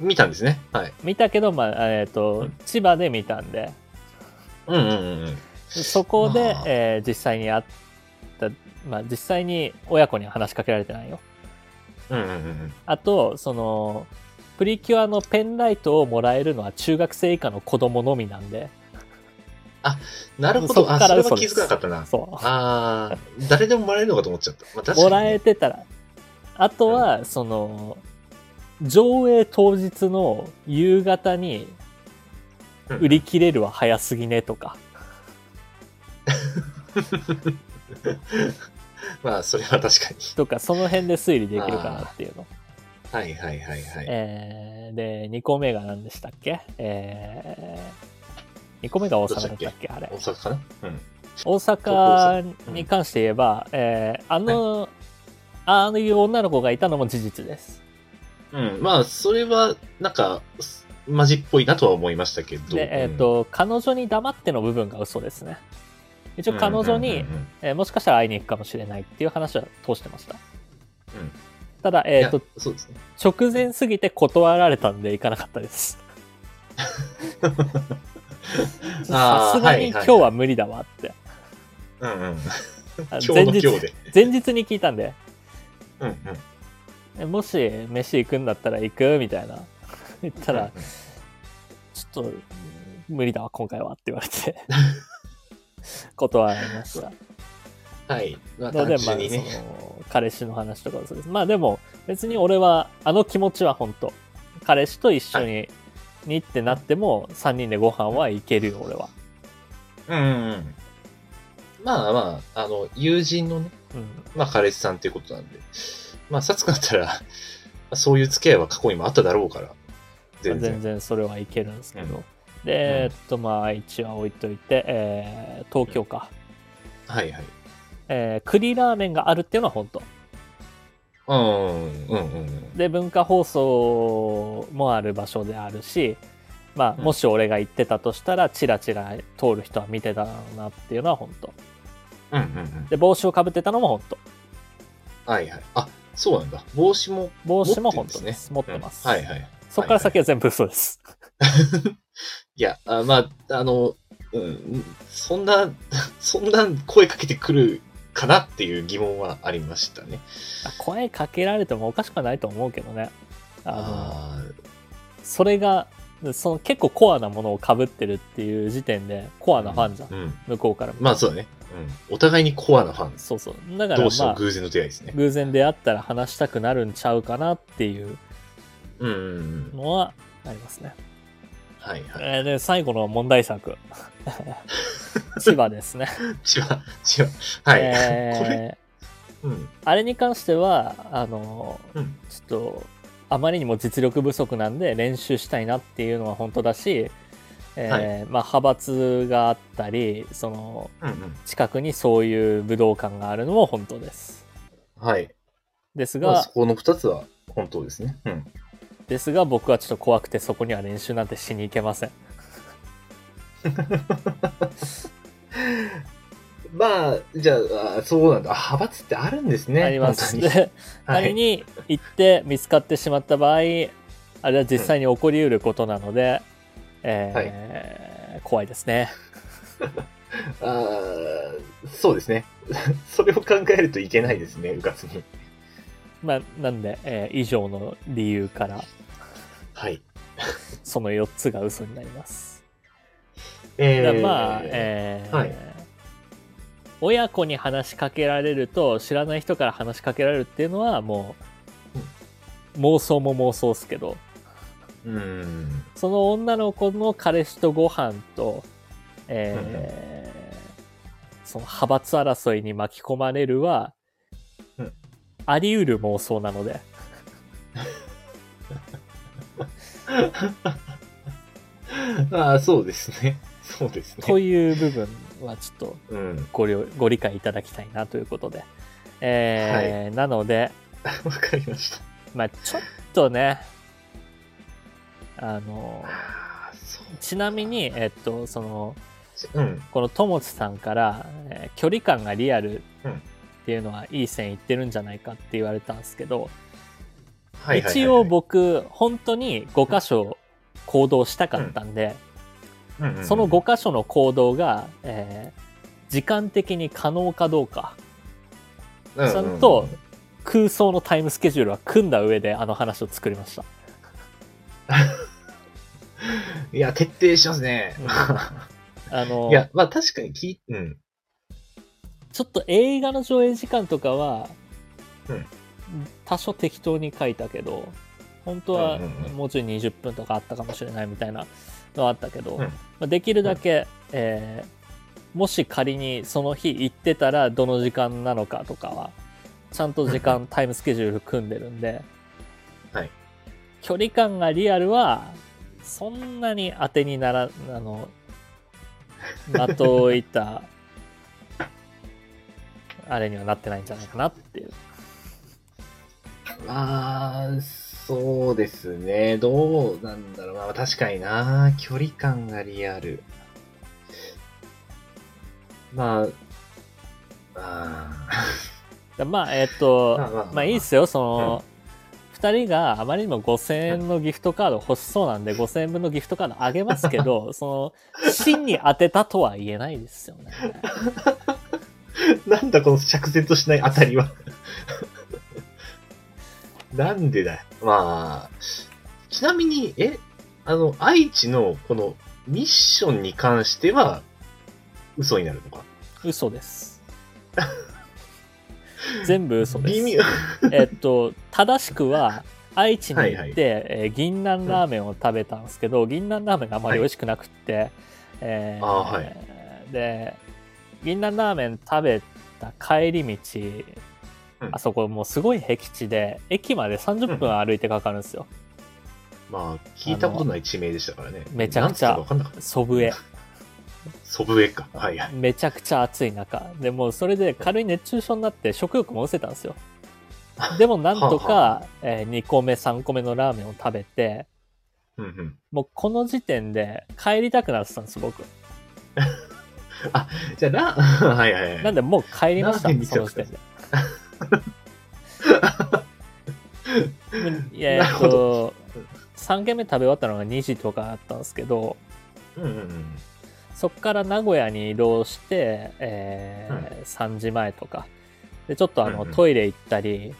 B: 見たんですね。はい。
A: 見たけど、まあえっと
B: うん
A: 千葉で見たんで
B: うんうんうんうん。
A: そこで
B: まあ、
A: えー実際に会った、まあ、実際に親子には話しかけられてないよ。
B: うんうんうん
A: あと、その、プリキュアのペンライトをもらえるのは中学生以下の子供のみなんで、
B: なるほ
A: そっ
B: ど。
A: か
B: あ、
A: ら
B: それは
A: 嘘
B: 気
A: です
B: づかなかったな。
A: そ
B: ああ、誰でももらえるのかと思っちゃった。まあ、確
A: う、
B: かに
A: もらえてたら。あとは、その、上映当日の夕方に
B: うん
A: 売り切れるは早すぎねとか、
B: まあ、それは確かに。
A: とか、その辺で推理できるかなっていうの。
B: はいはいはいはい。
A: えーで、2個目が何でしたっけえ2個目が大阪だったっけあれ
B: 大。阪かなうん。
A: 大阪に関して言えば、えーあの、ああいう女の子がいたのも事実です。
B: うん。まあ、それは、なんか、すマジっぽいなとは思いましたけど。
A: で、えっ、と、彼女に黙っての部分が嘘ですね。一
B: う
A: 応
B: ん、
A: 彼女に、
B: うんうんうん
A: えーもしかしたら会いに行くかもしれないっていう話は通してました。
B: うん
A: ただ、えっ、と
B: い、やそうですね。
A: 直前すぎて断られたんで行かなかった です。さ
B: あー
A: すがに
B: い
A: 今
B: いい
A: 日は無理だわって。
B: うんうん。
A: あ
B: 今日の
A: 前
B: 今日
A: 日、
B: で。
A: 前日に聞いたんで、
B: うんうん。
A: えもし飯行くんだったら行くみたいな。 言ったら、ちょっと無理だわ今回はって言われて 断られました
B: はい。まあ、
A: ので
B: 単
A: まあ
B: 純に
A: そ
B: ね。
A: の彼氏の話とかもそうですまあでも別に俺はあの気持ちは本当彼氏と一緒に、にってなっても3人でご飯は行けるよ俺は、
B: うんうんうん。まあまあ、あの、友人のね、
A: うん、
B: まあ、彼氏さんっていうことなんで。まあ、さつくだったら、まあそういう付き合いは過去にもあっただろうから。
A: 全
B: 全
A: 然
B: 然。
A: それはいけるんですけど、
B: うん
A: でえっとまあ愛知は置いといて、えー東京か、
B: はいはい。
A: えー栗ラーメンがあるっていうのは本当
B: うんうんうんうんうん。
A: で文化放送もある場所であるし、まあ、
B: うん
A: もし俺が行ってたとしたらチラチラ通る人は見てただろうなっていうのは本当
B: うんうんうん。
A: で帽子をかぶってたのも本当
B: はいはい。あ、そうなんだ。帽子も。
A: 帽子も本当です持っ
B: う
A: て
B: ん
A: ます、
B: はいはい。
A: そこから先
B: は
A: は全部嘘です、
B: いや、あまあ、あの、うん、そんな、 そんな声かけてくるかなっていう疑問はありましたね。
A: 声かけられてもおかしくはないと思うけどねあの
B: あ
A: それがその結構コアなものをかぶってるっていう時点でコ
B: あ
A: アなファンじゃん、
B: うん。
A: 向こうからも
B: まあそうだね。うん。お互いにコアなファンです。
A: そうそうだから
B: 同士
A: ま
B: の
A: あ
B: 偶然の出会いですね。
A: 偶然出会ったら話したくなるんちゃうかなっていう
B: うんうんうん。
A: のはありますね
B: はいはい。
A: えーで最後の問題 作千葉ですね、
B: 千葉、千葉。はい。
A: えー
B: これうん。
A: あれに関してはあの
B: うん。
A: ちょっとあまりにも実力不足なんで練習したいなっていうのは本当だし、えー
B: は
A: まあ、派閥があったりその
B: うんうん。
A: 近くにそういう武道館があるのも本当です
B: はい。
A: です
B: まあ、
A: が
B: そこの二つは本当ですね。うん。
A: ですが僕はちょっと怖くてそこには練習なんてしに行けません
B: まあ、じゃああ、そうなんだ。あ派閥ってあるんですね。
A: あります
B: 本当に
A: で
B: はい
A: 仮に行って見つかってしまった場合、あれは実際に起こりうることなので、えー怖いですね。
B: あ ーそうですね。それを考えるといけないですね、うかつに。
A: まあ、なんで、えー以上の理由から、
B: はい。
A: その4つが嘘になります。
B: え
A: だまあ、えー
B: はい
A: 親子に話しかけられると知らない人から話しかけられるっていうのはもう妄想も妄想っすけど
B: うん。
A: その女の子の彼氏とご飯と、えーその派閥争いに巻き込まれるは、
B: うん
A: あり得る妄想なので
B: ああ、そうですね。そうです
A: と
B: ね。
A: いう部分はちょっと
B: うん。
A: ご了ご理解いただきたいなということで、えーなので
B: わかりました。
A: まあちょっとねあの
B: ああ、そ
A: ちなみにえっとその
B: う。うん。
A: このともつさんから、えー距離感がリアル
B: うん
A: っていうのはいい線いってるんじゃないかって言われたんですけど、
B: はいはいはいはい。
A: 一応僕本当に5箇所行動したかったんで、
B: うんうんうん
A: その5箇所の行動が、えー時間的に可能かどうか
B: うんうん
A: ちゃんと空想のタイムスケジュールは組んだ上であの話を作りま した
B: いや、徹底しますね。
A: あの
B: いや、まあ確かに聞い、うん。
A: ちょっと映画の上映時間とかは、
B: うん
A: 多少適当に書いたけど本当は
B: うんうんうん
A: もうちょい20分とかあったかもしれないみたいなのはあったけど、
B: うん
A: まあ、できるだけ、えーもし仮にその日行ってたらどの時間なのかとかはちゃんと時 間タイムスケジュール組んでるんで、
B: はい
A: 距離感がリアルはそんなに当てにならあのまといたあれにはなってないんじゃないかなっていう
B: まあ、そうですね。どうなんだろう。まあ確かにな。距離感がリアル。まあ、あ
A: だまあえっ、と
B: まあまあまあ
A: まあいいっすよその、二2人があまりにも5000円のギフトカード欲しそうなんで5000円分のギフトカードあげますけどその真に当てたとは言えないですよね
B: ー なんだこの着然としないあたりは。 なんでだよまあ、ちなみに、え、あの、愛知のこのミッションに関しては、嘘になるのか
A: 嘘です全部嘘です
B: 微妙。
A: えっと正しく は愛知に行って、
B: はいはい
A: えー銀杏ラーメンを食べたんですけど、銀杏ラーメンがあまり美味しくなくって、えー
B: あーは
A: で銀杏ラーメン食べた帰り道、
B: うん
A: あそこもうすごい僻地で駅まで30分歩いてかかるんですよ
B: まあ、聞いたことない地名でしたからね。
A: めちゃくちゃ
B: なんつったかわかんなかった。
A: 祖父江
B: ソブウェイか。はいはい。
A: めちゃくちゃ暑い中でもうそれで軽い熱中症になって食欲も失せたん ですよでもなんとか、
B: はあ
A: え2個目3個目のラーメンを食べて、
B: うんうん。
A: もうこの時点で帰りたくなってたんです僕
B: じゃあ、ラ、 はいはいはい。
A: なんでもう帰りました
B: ラーメンに
A: その時点で うんえ
B: なる
A: ーっ
B: ほ
A: と3軒目食べ終わったのが2時とかだったんですけど
B: うんうんうん。
A: そっから名古屋に移動して、えー3時前とかでちょっとあの、
B: うんうん
A: トイレ行ったり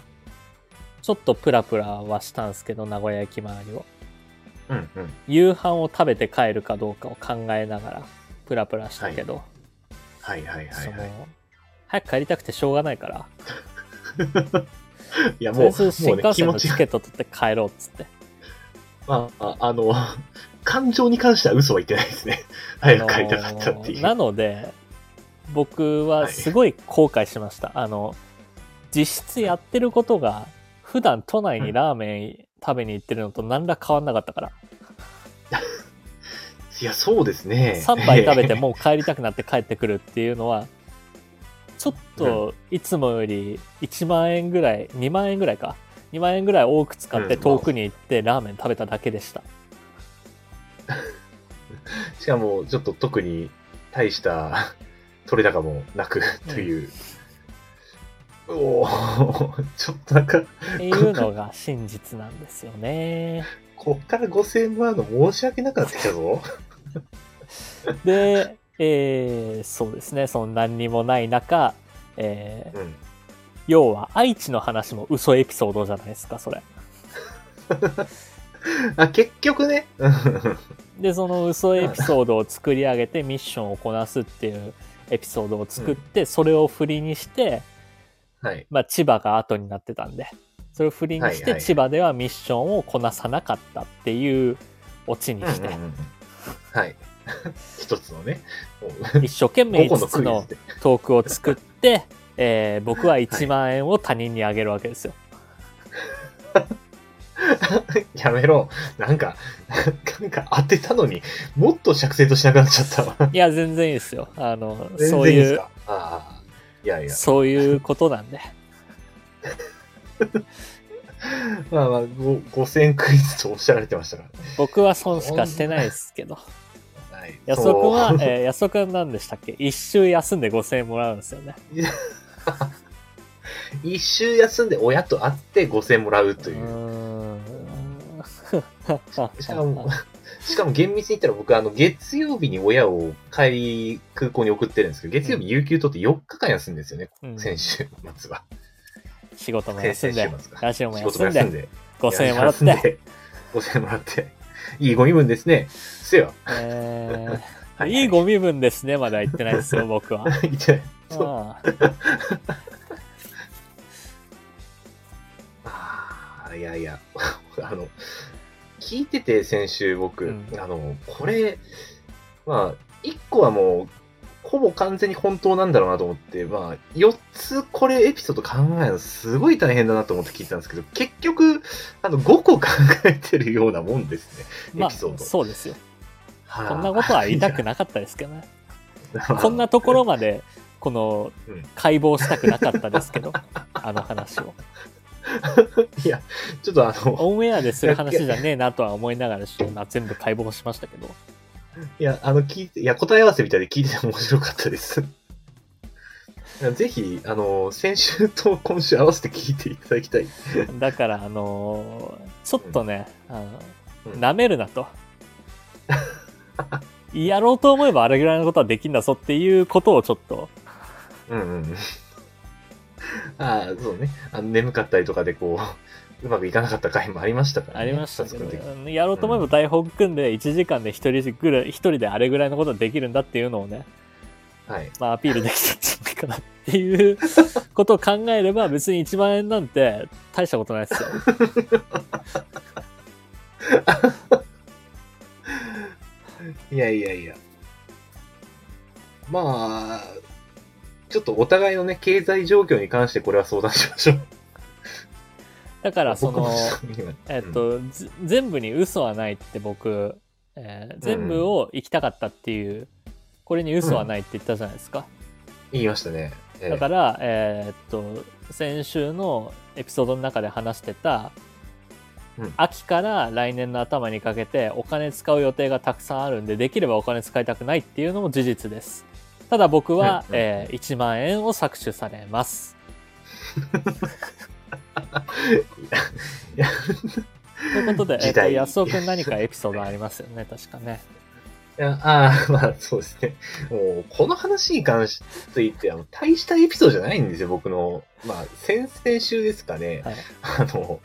A: ちょっとプラプラはしたんですけど名古屋駅周りを
B: うんうん。
A: 夕飯を食べて帰るかどうかを考えながらプラプラしたけど、
B: はいはいは
A: そ
B: いはい。
A: の早く帰りたくてしょうがないから
B: いや、
A: とりあ
B: も
A: えず
B: う、
A: 新
B: もうね、
A: 幹
B: 気
A: 線
B: 持
A: の
B: ち
A: チ
B: が、
A: ケット取って帰ろうっつって
B: まあ、ああの、感情に関しては嘘は言ってないで すね。早く帰りたかったってい
A: あのー
B: う。
A: なので僕はすごい後悔しました、あの実質やってることが普段都内にラーメン食べに行ってるのと何ら変わんなかったから、
B: いや、そうですね。
A: 3杯食べ てもう帰りたくなって帰ってくるっていうのはちょっといつもより1万円ぐらい2万円ぐらいか2万円ぐらい多く使って遠くに行ってラーメン食べただけでした、
B: しかも、ちょっと特に大した取れ高もなく、という。おおちょっとなんか、
A: っていうのが真実なんですよね。
B: こっから5000円もらうの申し訳なくなってきたぞ。
A: で、えーそうですね、その何にもない中、え
B: うん。
A: ー要は愛知の話も嘘エピソードじゃないですかそれ
B: あ、結局ね。うん
A: でその嘘エピソードを作り上げてミッションをこなすっていうエピソードを作って、それを振りにして、
B: はい。
A: まあ、千葉が後になってたんでそれを振りにし
B: はい
A: て
B: はい
A: 千葉ではミッションをこなさなかったっていうオチに
B: うんうん
A: し
B: う
A: て、
B: んはい。 一つのね。もう
A: 一生懸命
B: 5
A: 5つ
B: 個のクイ
A: の
B: ズで。
A: トークを作 って、えー僕は
B: はい
A: 1万円を他人にあげるわけですよ。
B: やめろ。なんか、なんか当てたのにもっと釈然としなくなっちゃったわ。
A: いや全然いいですよあの
B: 全
A: そう
B: 然いいで
A: い
B: す
A: う
B: かああ。いやいや。
A: そういうことなんで
B: まあまあ、ご5000クイズとおっしゃられてましたか
A: 僕は損しかしてないですけど
B: ら。はい。
A: 安尾君は
B: そう、
A: えー、安尾君なんでしたっけ一周休んで5000円もらうんですよね
B: 一周休んで親と会って5000もらうというう。
A: ーん
B: しかも、 しかも厳密に言ったら僕、あの、月曜日に親を帰り、空港に送ってるんですけど、月曜日有給取って4日間休んでるんですよね、
A: うん
B: 先週末は。
A: 仕事も
B: 先
A: 休
B: 々
A: ん
B: 週末
A: で
B: か。
A: ラジオも
B: 仕
A: 休
B: 事も
A: ん
B: 休
A: で
B: んで。
A: 5000円もらっ
B: いや。
A: て、
B: 休んで5000円もらって。いいご身分ですね。せよ。
A: え
B: は
A: ー、
B: い
A: いいご身分ですねまだ言ってないですよ僕は
B: 言ってない そう
A: あ
B: ああ、いやい や、あの、聞いてて先週僕、
A: うん
B: あの、これ、まあ、1個はもう、ほぼ完全に本当なんだろうなと思って、まあ、4つこれエピソード考えるのすごい大変だなと思って聞いたんですけど、結局、あの、5個考えてるようなもんですね。
A: ーまあ
B: エピソード
A: そうですよ
B: はあ
A: こんなことは言いたくなかったですけどね こんなところまでこの
B: うん
A: 解剖したくなかったですけどあの話を
B: いや、ちょっとあの、
A: オンエアでする話じゃねえなとは思いながらちょっとな全部解剖しましたけど
B: いや、あの、聞いて、いや、答え合わせみたいで聞いてて面白かったです。 ぜひ、あの、先週と今週合わせて聞いていただきたい。
A: だからあのーちょっとねあの
B: うん
A: 舐めるなとやろうと思えばあれぐらいのことはできんだぞっていうことをちょっと
B: うんうん。 ああ、そうね。あの眠かったりとかで、こう、うまくいかなかった回もありましたから、ね。
A: ありましたけ
B: タスクの時
A: ど、うんやろうと思えば台本組んで1時間で1人ぐらい一人であれぐらいのことはできるんだっていうのをね、
B: はい。
A: まあ、アピールできたんじゃないかなっていう ことを考えれば別に1万円なんて大したことないですよ。
B: いやいやいや。まあ、ちょっとお互いのね、経済状況に関してこれは相談しましょう。
A: だからそ
B: 僕
A: の
B: も、今
A: えっと、ず全部に嘘はないって僕、えー全部を行きたかったっていう、これに嘘はないって言ったじゃないですか。
B: 言いましたね。ええ
A: だから、えーっと先週のエピソードの中で話してた、
B: うん
A: 秋から来年の頭にかけてお金使う予定がたくさんあるんでできればお金使いたくないっていうのも事実ですただ僕は、
B: うんうん
A: えー1万円を搾取されます
B: いや
A: という ことで、えーっ
B: 時
A: と
B: 代
A: 安尾君何かエピソードありますよね確かね
B: いや、ああ、 まあそうですね。もう、この話に関して言って、あの大したエピソードじゃないんですよ、僕の。まあ、先々週ですかね。
A: はい
B: あの、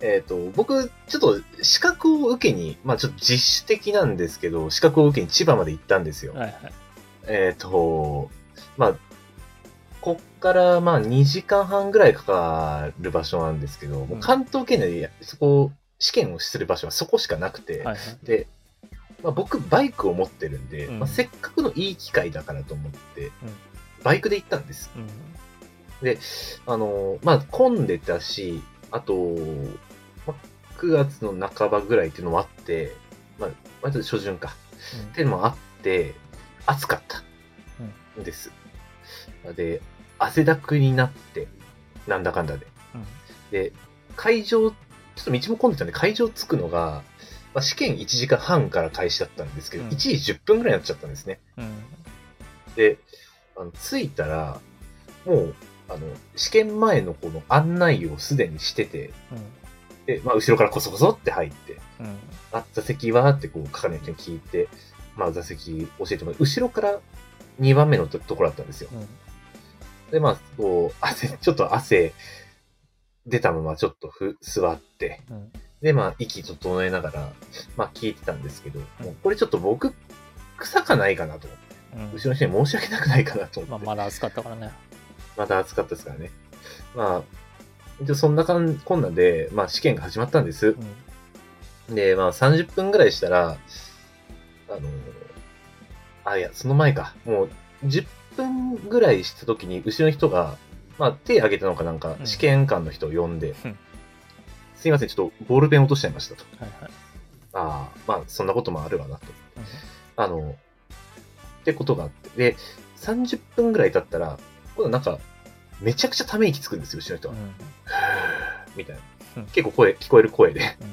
B: えっ、と、僕、ちょっと資格を受けに、まあちょっと自主的なんですけど、資格を受けに千葉まで行ったんですよ。
A: はいはい
B: えっ、と、まあ、こっからまあ2時間半ぐらいかかる場所なんですけど、もう関東圏内でそこ、試験をする場所はそこしかなく
A: は
B: て、
A: いはい
B: で、まあ、僕バイクを持ってるんで、
A: うん
B: まあ、せっかくのいい機会だからと思って、
A: うん
B: バイクで行ったんです。
A: うん
B: あのーまあ混んでたし、あと、まあ、9月の半ばぐらいっていうのもあって、まあ、割と初旬か。っていうのもあって、暑かったんです。で、汗だくになって、なんだかんだで。
A: うん
B: で、会場、ちょっと道も混んでたんで、会場着くのが、まあ、試験1時間半から開始だったんですけど、
A: うん
B: 1時10分ぐらいになっちゃったんですね。
A: うんうん
B: で、あの着いたら、もう、あの、試験前のこの案内をすでにしてて、で、まあ、後ろからこそこそって入って、
A: うんうん
B: あ、座席はってこう、係の人に聞いて、まあ、座席教えてもらう。後ろから2番目のとところだったんですよ。
A: うん
B: で、まあ、こう、汗、ちょっと汗出たままちょっとふ座って、
A: うん
B: で、まあ、息整えながら、まあ、聞いてたんですけど、もうこれちょっと僕、臭かないかなと思って、
A: うん
B: 後ろの人に申し訳なくないかなと思
A: ま
B: っ
A: あ、
B: て、
A: まだ暑かったからね。
B: また暑かったですからね。まあ、でそんなかん、こんなんで、まあ、試験が始まったんです
A: う。ん
B: で、まあ、30分ぐらいしたら、あの、あ、いや、その前か。もう、10分ぐらいした時に、後ろの人が、まあ、手挙げたのかなんか
A: う、ん
B: 試験官の人を呼んで、
A: うん
B: すいません、ちょっとボールペン落としちゃいましたと。
A: はいはい
B: ああ、まあ、そんなこともあるわなと。
A: うん
B: あの、ってことがあって。で、30分ぐらい経ったら、今度なんか、めちゃくちゃため息つくんですよ、後ろの人が。
A: うん
B: みたいな
A: うん。
B: 結構声、聞こえる声で
A: うん。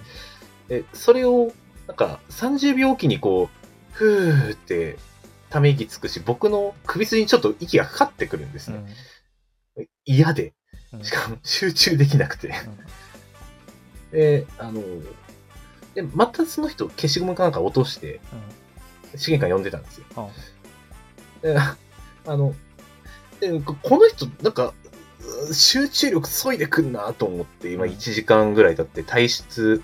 B: で、それを、なんか、30秒おきにこう、ふーって、ため息つくし、僕の首筋にちょっと息がかかってくるんです
A: う
B: ね。
A: ん
B: 嫌で。
A: うん
B: しかも、集中できなくて。で、あの、で、またその人、消しゴムかなんか落として、資源館呼んでたんですよ。
A: うん
B: であのでここの人、なんか、う集中力削いでくんなと思って、今
A: うん
B: 1時間ぐらい経って退出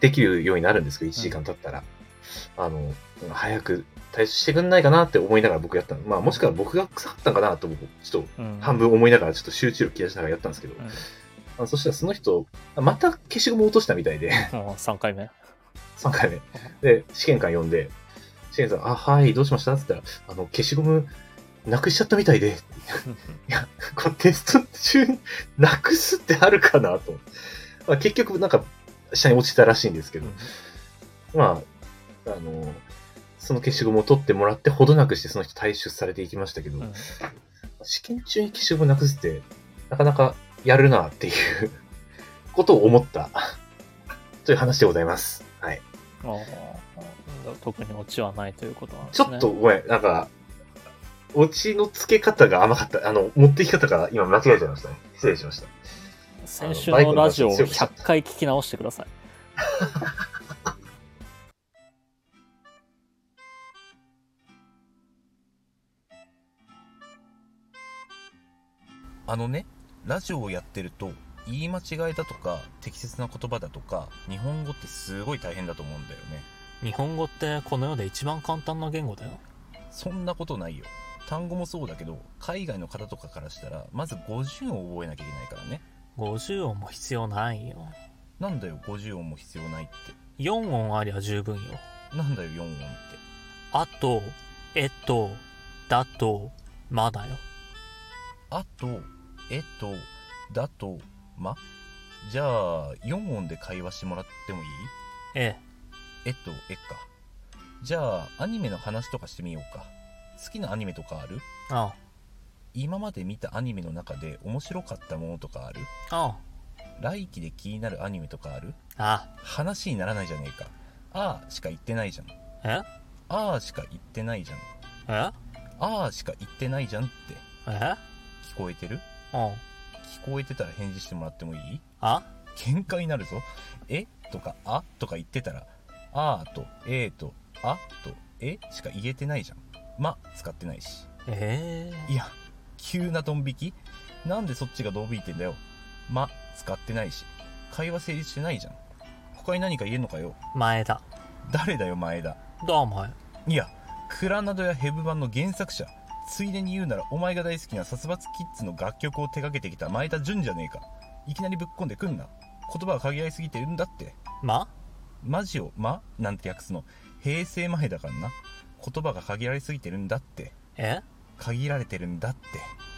B: できるようになるんですけど、1時間経ったら。あの、早く退出してくんないかなって思いながら僕やったの。まあ、もしくは僕が臭かったんかなと僕、ちょっと
A: うん
B: 半分思いながらちょっと集中力切らしながらやったんですけど、
A: うん
B: あのそしたらその人、また消しゴム落としたみたいで。
A: うん3回目。
B: 3回目。で、試験官呼んで、試験さん、あ、はい、どうしましたって言ったら、あの、消しゴム、なくしちゃったみたいで、 いや、これテスト中になくすってあるかなと。まあ、結局、なんか、下に落ちたらしいんですけど、まあ、あの、その消しゴムを取ってもらって、ほどなくして、その人退出されていきましたけど、
A: うん
B: 試験中に消しゴムなくすって、なかなかやるなっていうことを思った、 という話でございます。はい。
A: ああ特にオチはないということなんで
B: ちょ
A: す
B: っ
A: ね。
B: とごめん、なんか、オチの付け方が甘かった。あの、持ってき方が今間違えちゃいましたね。失礼しました。
A: 先週のラジオを100回聞き直してください。
B: あのね、ラジオをやってると、言い間違いだとか、適切な言葉だとか、日本語ってすごい大変だと思うんだよね。
A: 日本語ってこの世で一番簡単な言語だよ。
B: そんなことないよ。単語もそうだけど、海外の方とかからしたら、まず50音を覚えなきゃいけないからね。
A: 50音も必要ないよ。
B: なんだよ、50音も必要ないっ
A: 4音ありゃ十分よ。
B: て。なんだよ、4音って。
A: あと、えっと、だと、まだよ。
B: あと、えと、だと、まじゃあ、4音で会話してもらってもいい
A: え
B: えと、えか。じゃあ、アニメの話とかしてみようか。好きなアニメとかある
A: え、あ
B: 今まで見たアニメの中で面白かったものとかある
A: あ、あ
B: 来期で気になるアニメとかある
A: あ、あ
B: 話にならないじゃねえか。あーしか言ってないじゃん。
A: え
B: あーしか言ってないじゃん。
A: え
B: あーしか言ってないじゃんって。
A: え
B: 聞こえてる
A: うん。
B: 聞こえてたら返事してもらってもいい
A: あ
B: 喧嘩になるぞ。えとか、あとか言ってたら、あーと、えーと、あと、えしか言えてないじゃん。ま、使ってないし。
A: ええ
B: いや、急なドン引きなんでそっちがドン引いてんだよ。ま、使ってないし。会話成立してないじゃん。他に何か言えんのかよ。
A: 前田。
B: 誰だよ、前田。
A: どうもよ。
B: いや、クラナドやヘブ版の原作者。ついでに言うなら、お前が大好きな殺伐キッズの楽曲を手掛けてきた前田純じゃねえか。いきなりぶっこんでくんな。言葉が限られすぎてるんだって。
A: ま
B: マジを、ま、なんて訳すの。平成前だからな。言葉が限られすぎてるんだって。
A: え
B: 限られてるんだって。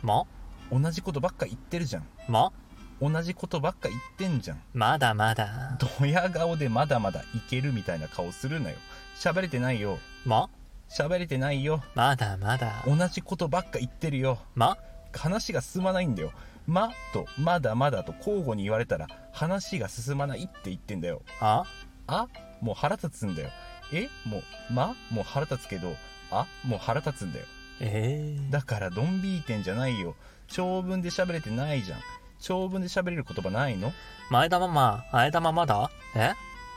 A: ま
B: 同じことばっか言ってるじゃん。
A: ま
B: 同じことばっか言ってんじゃん。
A: まだまだ。
B: ドヤ顔でまだまだいけるみたいな顔するなよ。喋れてないよ。
A: ま
B: 喋れてないよ。
A: まだまだ。
B: 同じことばっか言ってるよ。
A: ま
B: 話が進まないんだよ。まとまだまだと交互に言われたら話が進まないって言ってんだよ。
A: あ
B: あもう腹立つんだよ。えもう、まもう腹立つけど、あもう腹立つんだよ。
A: ええ
B: だからドンビーテンじゃないよ。長文で喋れてないじゃん。長文で喋れる言葉ないの
A: 前田ママ、前田ママだえ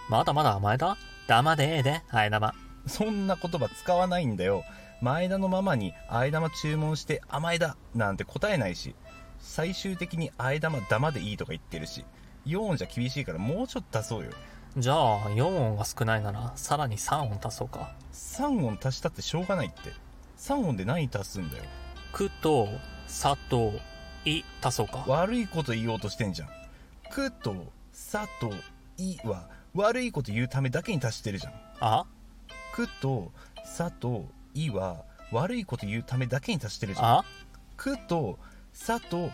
A: まだまだ前田だまでええで、前田マ。
B: そんな言葉使わないんだよ。前田のママに、あえ玉注文して、甘えだなんて答えないし、最終的にあえ玉ダマでいいとか言ってるし、4音じゃ厳しいからもうちょっと出そうよ。
A: じゃあ、4音が少ないなら、さらに3音足そうか。
B: 3音足したってしょうがないって。3音で何足すんだよ。
A: くと、さと、い足そうか。
B: 悪いこと言おうとしてんじゃん。くと、さと、いは、悪いこと言うためだけに足してるじゃん。
A: あ
B: くと、さと、いは、悪いこと言うためだけに足してるじゃん。
A: あ
B: くと、さと、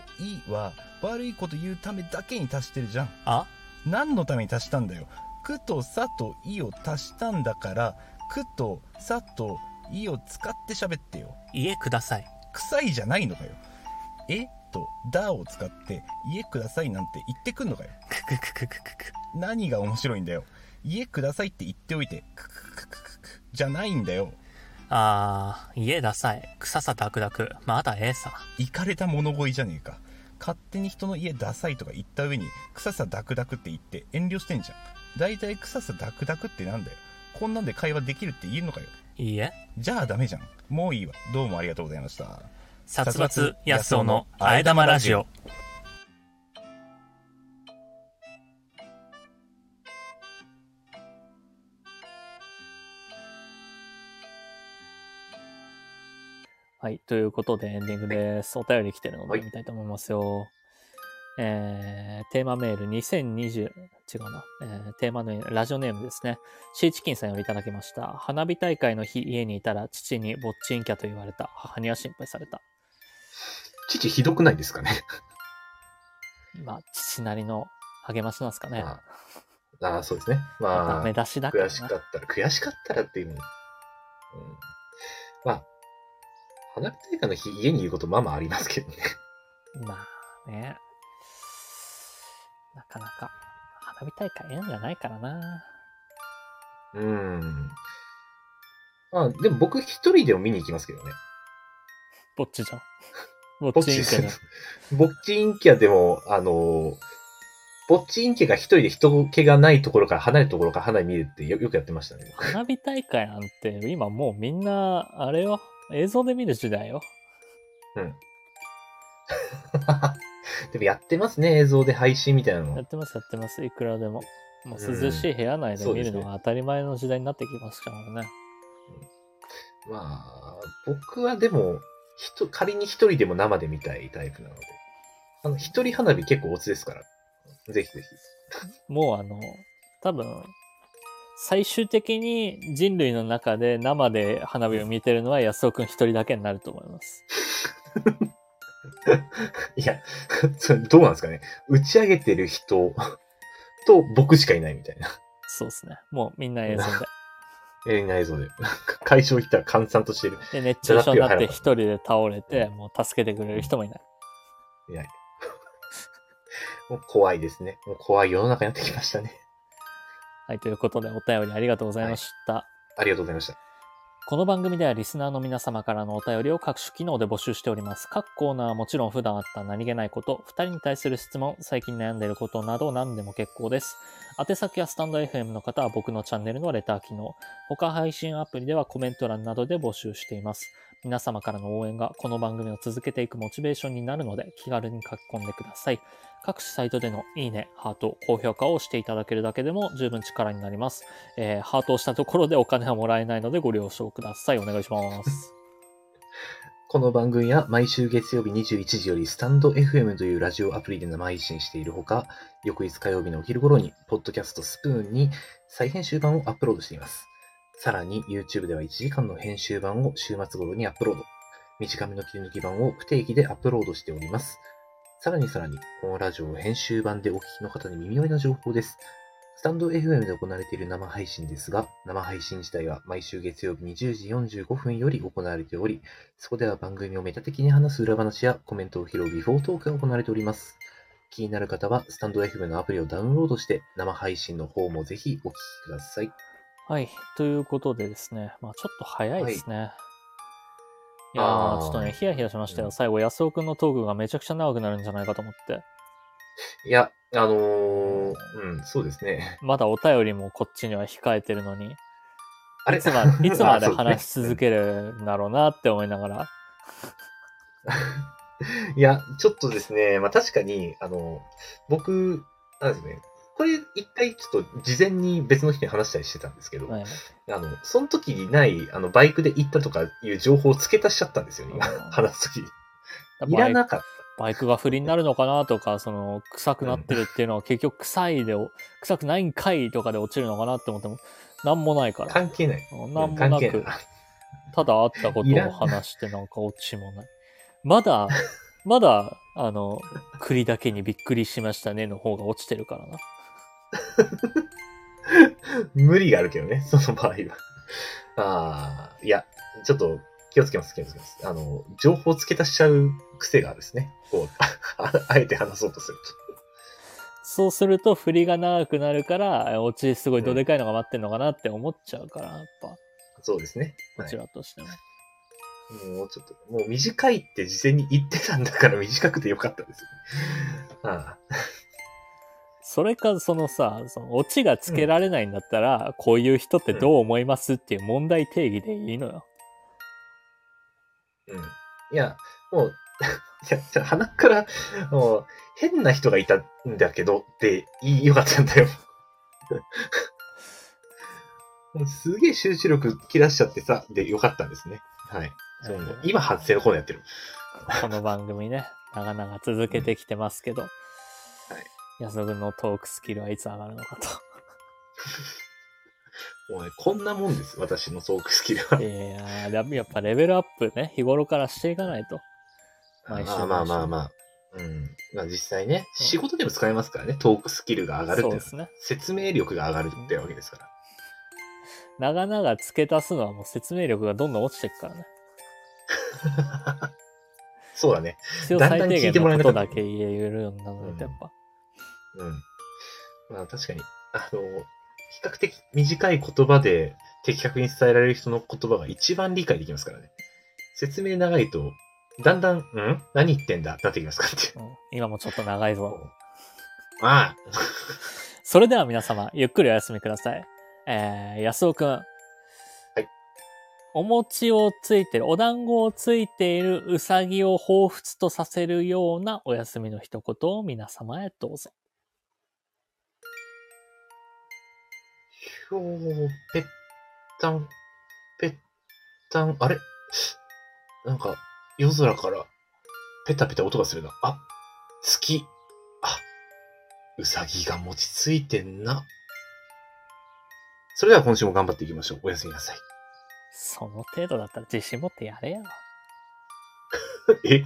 B: いは、悪いこと言うためだけに足してるじゃん。
A: あ
B: 何のために足したんだよ。くと、さと、いを足したんだから、くと、さと、いを使って喋ってよ。
A: 家ください。
B: 臭いじゃないのかよ。えと、だを使って、家くださいなんて言ってくんのかよ。
A: くくくくくくく。
B: 何が面白いんだよ。家くださいって言っておいて、くくくくくく、じゃないんだよ。
A: あー、家ダサい。臭さダクダク。まだええさ。
B: イかれた物乞いじゃねえか。勝手に人の家ダサいとか言った上に、臭さダクダクって言って遠慮してんじゃん。だいたい臭さダクダクってなんだよ。こんなんで会話できるって言えんのかよ。
A: いいえ。
B: じゃあダメじゃん。もういいわ。どうもありがとうございました。
A: 殺伐安男のあえ玉ラジオ。はい、ということでエンディングです。お便り来てるの
C: は
A: で
C: い
A: 見たいと思いますよ。えー、テーマメール2020、違うな、えーテーマのラジオネームですね。シーチキンさんよりいただきました。花火大会の日家にいたら父にぼっちんキャと言われた。母には心配された。
C: 父ひどくないですかね。
A: まあ、父なりの励ましなんですかね。
C: ああああ、そうですね。ま
A: ダ
C: あ
A: メ、出しだから
C: 悔
A: な。
C: しかったら、悔しかったらっていうのも、うん、まあ、花火大会の日、家にいること、まあまあありますけどね。
A: まあね。なかなか、花火大会縁がないからな。
C: うん。まあ、でも僕一人でも見に行きますけどね。
A: ぼっち じゃん。ぼっ
C: ぼっ
A: ち
C: ち
A: いいけど。
C: ぼっちインキャでも、あの、ぼっちインキャが一人で人気がないところから離れたところから花火見るってよよくやってましたね。
A: 花火大会なんて、今もうみんな、あれよ。映像で見る時代よ。
C: でもやってますね、映像で配信みたいな
A: や
C: の
A: っ。てます、やってます。いくらでも。もう涼しい部屋内で見るのが当たり前の時代になってきましたからね。
C: まあ、僕はでも、ひと仮に一人でも生で見たいタイプなので。あの、一人花火結構オツですから。ぜひぜ
A: もうあの、多分、最終的に人類の中で生で花火を見てるのは安尾くん一人だけになると思います。
C: ひ。いや、 それどうなんですかね。打ち上げてる人 と僕しかいないみたいな。
A: そうですね。もうみんな映像
C: え内臓で。 なんか会場行ったら閑散としてる。
A: で。で、熱中症になって一人で倒れて、もう助けてくれる人もいない。
C: いない。 もう怖いですね。もう怖い世の中になってきましたね。
A: はい、ということでお便りありがとうございました。
C: ありがとうございました。
A: この番組ではリスナーの皆様からのお便りを各種機能で募集しております。各コーナーはもちろん普段あった何気ないこと、2人に対する質問、最近悩んでいることなど何でも結構です。宛先はスタンド FM の方は僕のチャンネルのレター機能、他配信アプリではコメント欄などで募集しています。皆様からの応援がこの番組を続けていくモチベーションになるので気軽に書き込んでください。各種サイトでのいいね、ハート、高評価をしていただけるだけでも十分力になります。えーハートをしたところでお金はもらえないのでご了承ください。お願いします。
C: この番組は毎週月曜日21時よりスタンド FM というラジオアプリで生配信しているほか、翌日火曜日のお昼頃に、ポッドキャストスプーンに再編集版をアップロードしています。さらに YouTube では1時間の編集版を週末頃にアップロード。短めの切り抜き版を不定期でアップロードしております。さらにさらに、このラジオを編集版でお聞きの方に耳寄りな情報です。スタンド FM で行われている生配信ですが、生配信自体は毎週月曜日20時45分より行われており、そこでは番組をメタ的に話す裏話やコメントを拾うビフォートークが行われております。気になる方は、スタンド FM のアプリをダウンロードして、生配信の方もぜひお聞きください。
A: はい。ということでですね、まあ、ちょっと早いですね。い、や
C: あ
A: ー、
C: ー
A: ちょっとね、ヒヤヒヤしましたよ。
C: うん
A: 最後、安尾くんのトークがめちゃくちゃ長くなるんじゃないかと思って。
C: いや、あのー、うん、そうですね。
A: まだお便りもこっちには控えてるのに、
C: あれ
A: いつまでいつま で
C: あそうね
A: 話し続けるんだろうなって思いながら。
C: いや、ちょっとですね、まあ確かに、あの、僕、なんですね、これ一回ちょっと事前に別の人に話したりしてたんですけど、
A: はい
C: あの、その時にない、あの、バイクで行ったとかいう情報を付け足しちゃったんですよね、今、
A: うん
C: 話す時に。い
A: バ
C: ら
A: イ
C: なかっ
A: バイクが不倫になるのかなとか、その、臭くなってるっていうのは結局臭いで、臭くないんかいとかで落ちるのかなって思っても、なんもないか
C: た。
A: ら。
C: 関係ない。
A: うんなん
C: 関
A: もな
C: 係ない
A: く、。ただあったこと
C: い
A: を
C: ら
A: 話してなんか落ちもない。まだ、まだ、あの、栗だけにびっくりしましたねの方が落ちてるからな。
C: 無理があるけどね、そ の場合は。ああ、いや、ちょっと気をつけます、気をつけます。あの、情報付け足しちゃう癖があるですね。こう、 ああえて話そうとする
A: そうすると振りが長くなるから、え落ちすごいどでかいのが待ってんのかなって思っちゃうから、やっぱ、
C: と。そうですね。
A: こ
C: はい
A: ちらとしても。
C: もうちょっと、もう短いって事前に言ってたんだから短くてよかったですよね。あ
A: それか、そのさ、そのオチがつけられないんだったら、こういう人ってどう思いますっていう問題定義でいいのよ。
C: あ、うん。いや、もう、 いや、じゃあ鼻から、もう、変な人がいたんだけどって言いよかったんだよ。もうすげえ集中力切らしちゃってさ、でよかったんですね。はい。そういうの今、発生のコーナーやってる。
A: この番組ね、長々続けてきてますけど、安田君のトークスキルはいつ上がるのか
C: もうね、こんなもんです、私のトークスキルは
A: と。。い やーやっぱやっぱレベルアップね、日頃からしていかないと。毎週
C: まあまあまあまあ。うん。まあ実際ね、仕事でも使えますからね、トークスキルが上がるって
A: そうう
C: いの
A: で
C: は
A: すね。
C: 説明力が上がるってわけですから。
A: 長々付け足すのはもう説明力がどんどん落ちていくからね。
C: そうだね。
A: 必要
C: だん
A: 最
C: だん聞
A: 低
C: いて
A: 限
C: もらえ
A: の
C: な
A: ことだ
C: くなる
A: け言えるようになるので、やっぱ。
C: うん。まあ確かに、あの、比較的短い言葉で的確に伝えられる人の言葉が一番理解できますからね。説明長いと、だんだん、ん何言ってんだなってきますからっていう。
A: うん今もちょっと長いぞ。
C: ああ。
A: それでは皆様、ゆっくりお休みください。えー、安尾くん。はいお餅をついてる、お団子をついているうさぎを彷彿とさせるようなお休みの一言を皆様へどうぞ。
C: ひょーぺったん、ぺったん、あれなんか、夜空から、ペタペタ音がするな。あ、月。あ、うさぎが餅ついてんな。それでは今週も頑張っていきましょう。おやすみなさい。
A: その程度だったら自信持ってやれよ。
C: え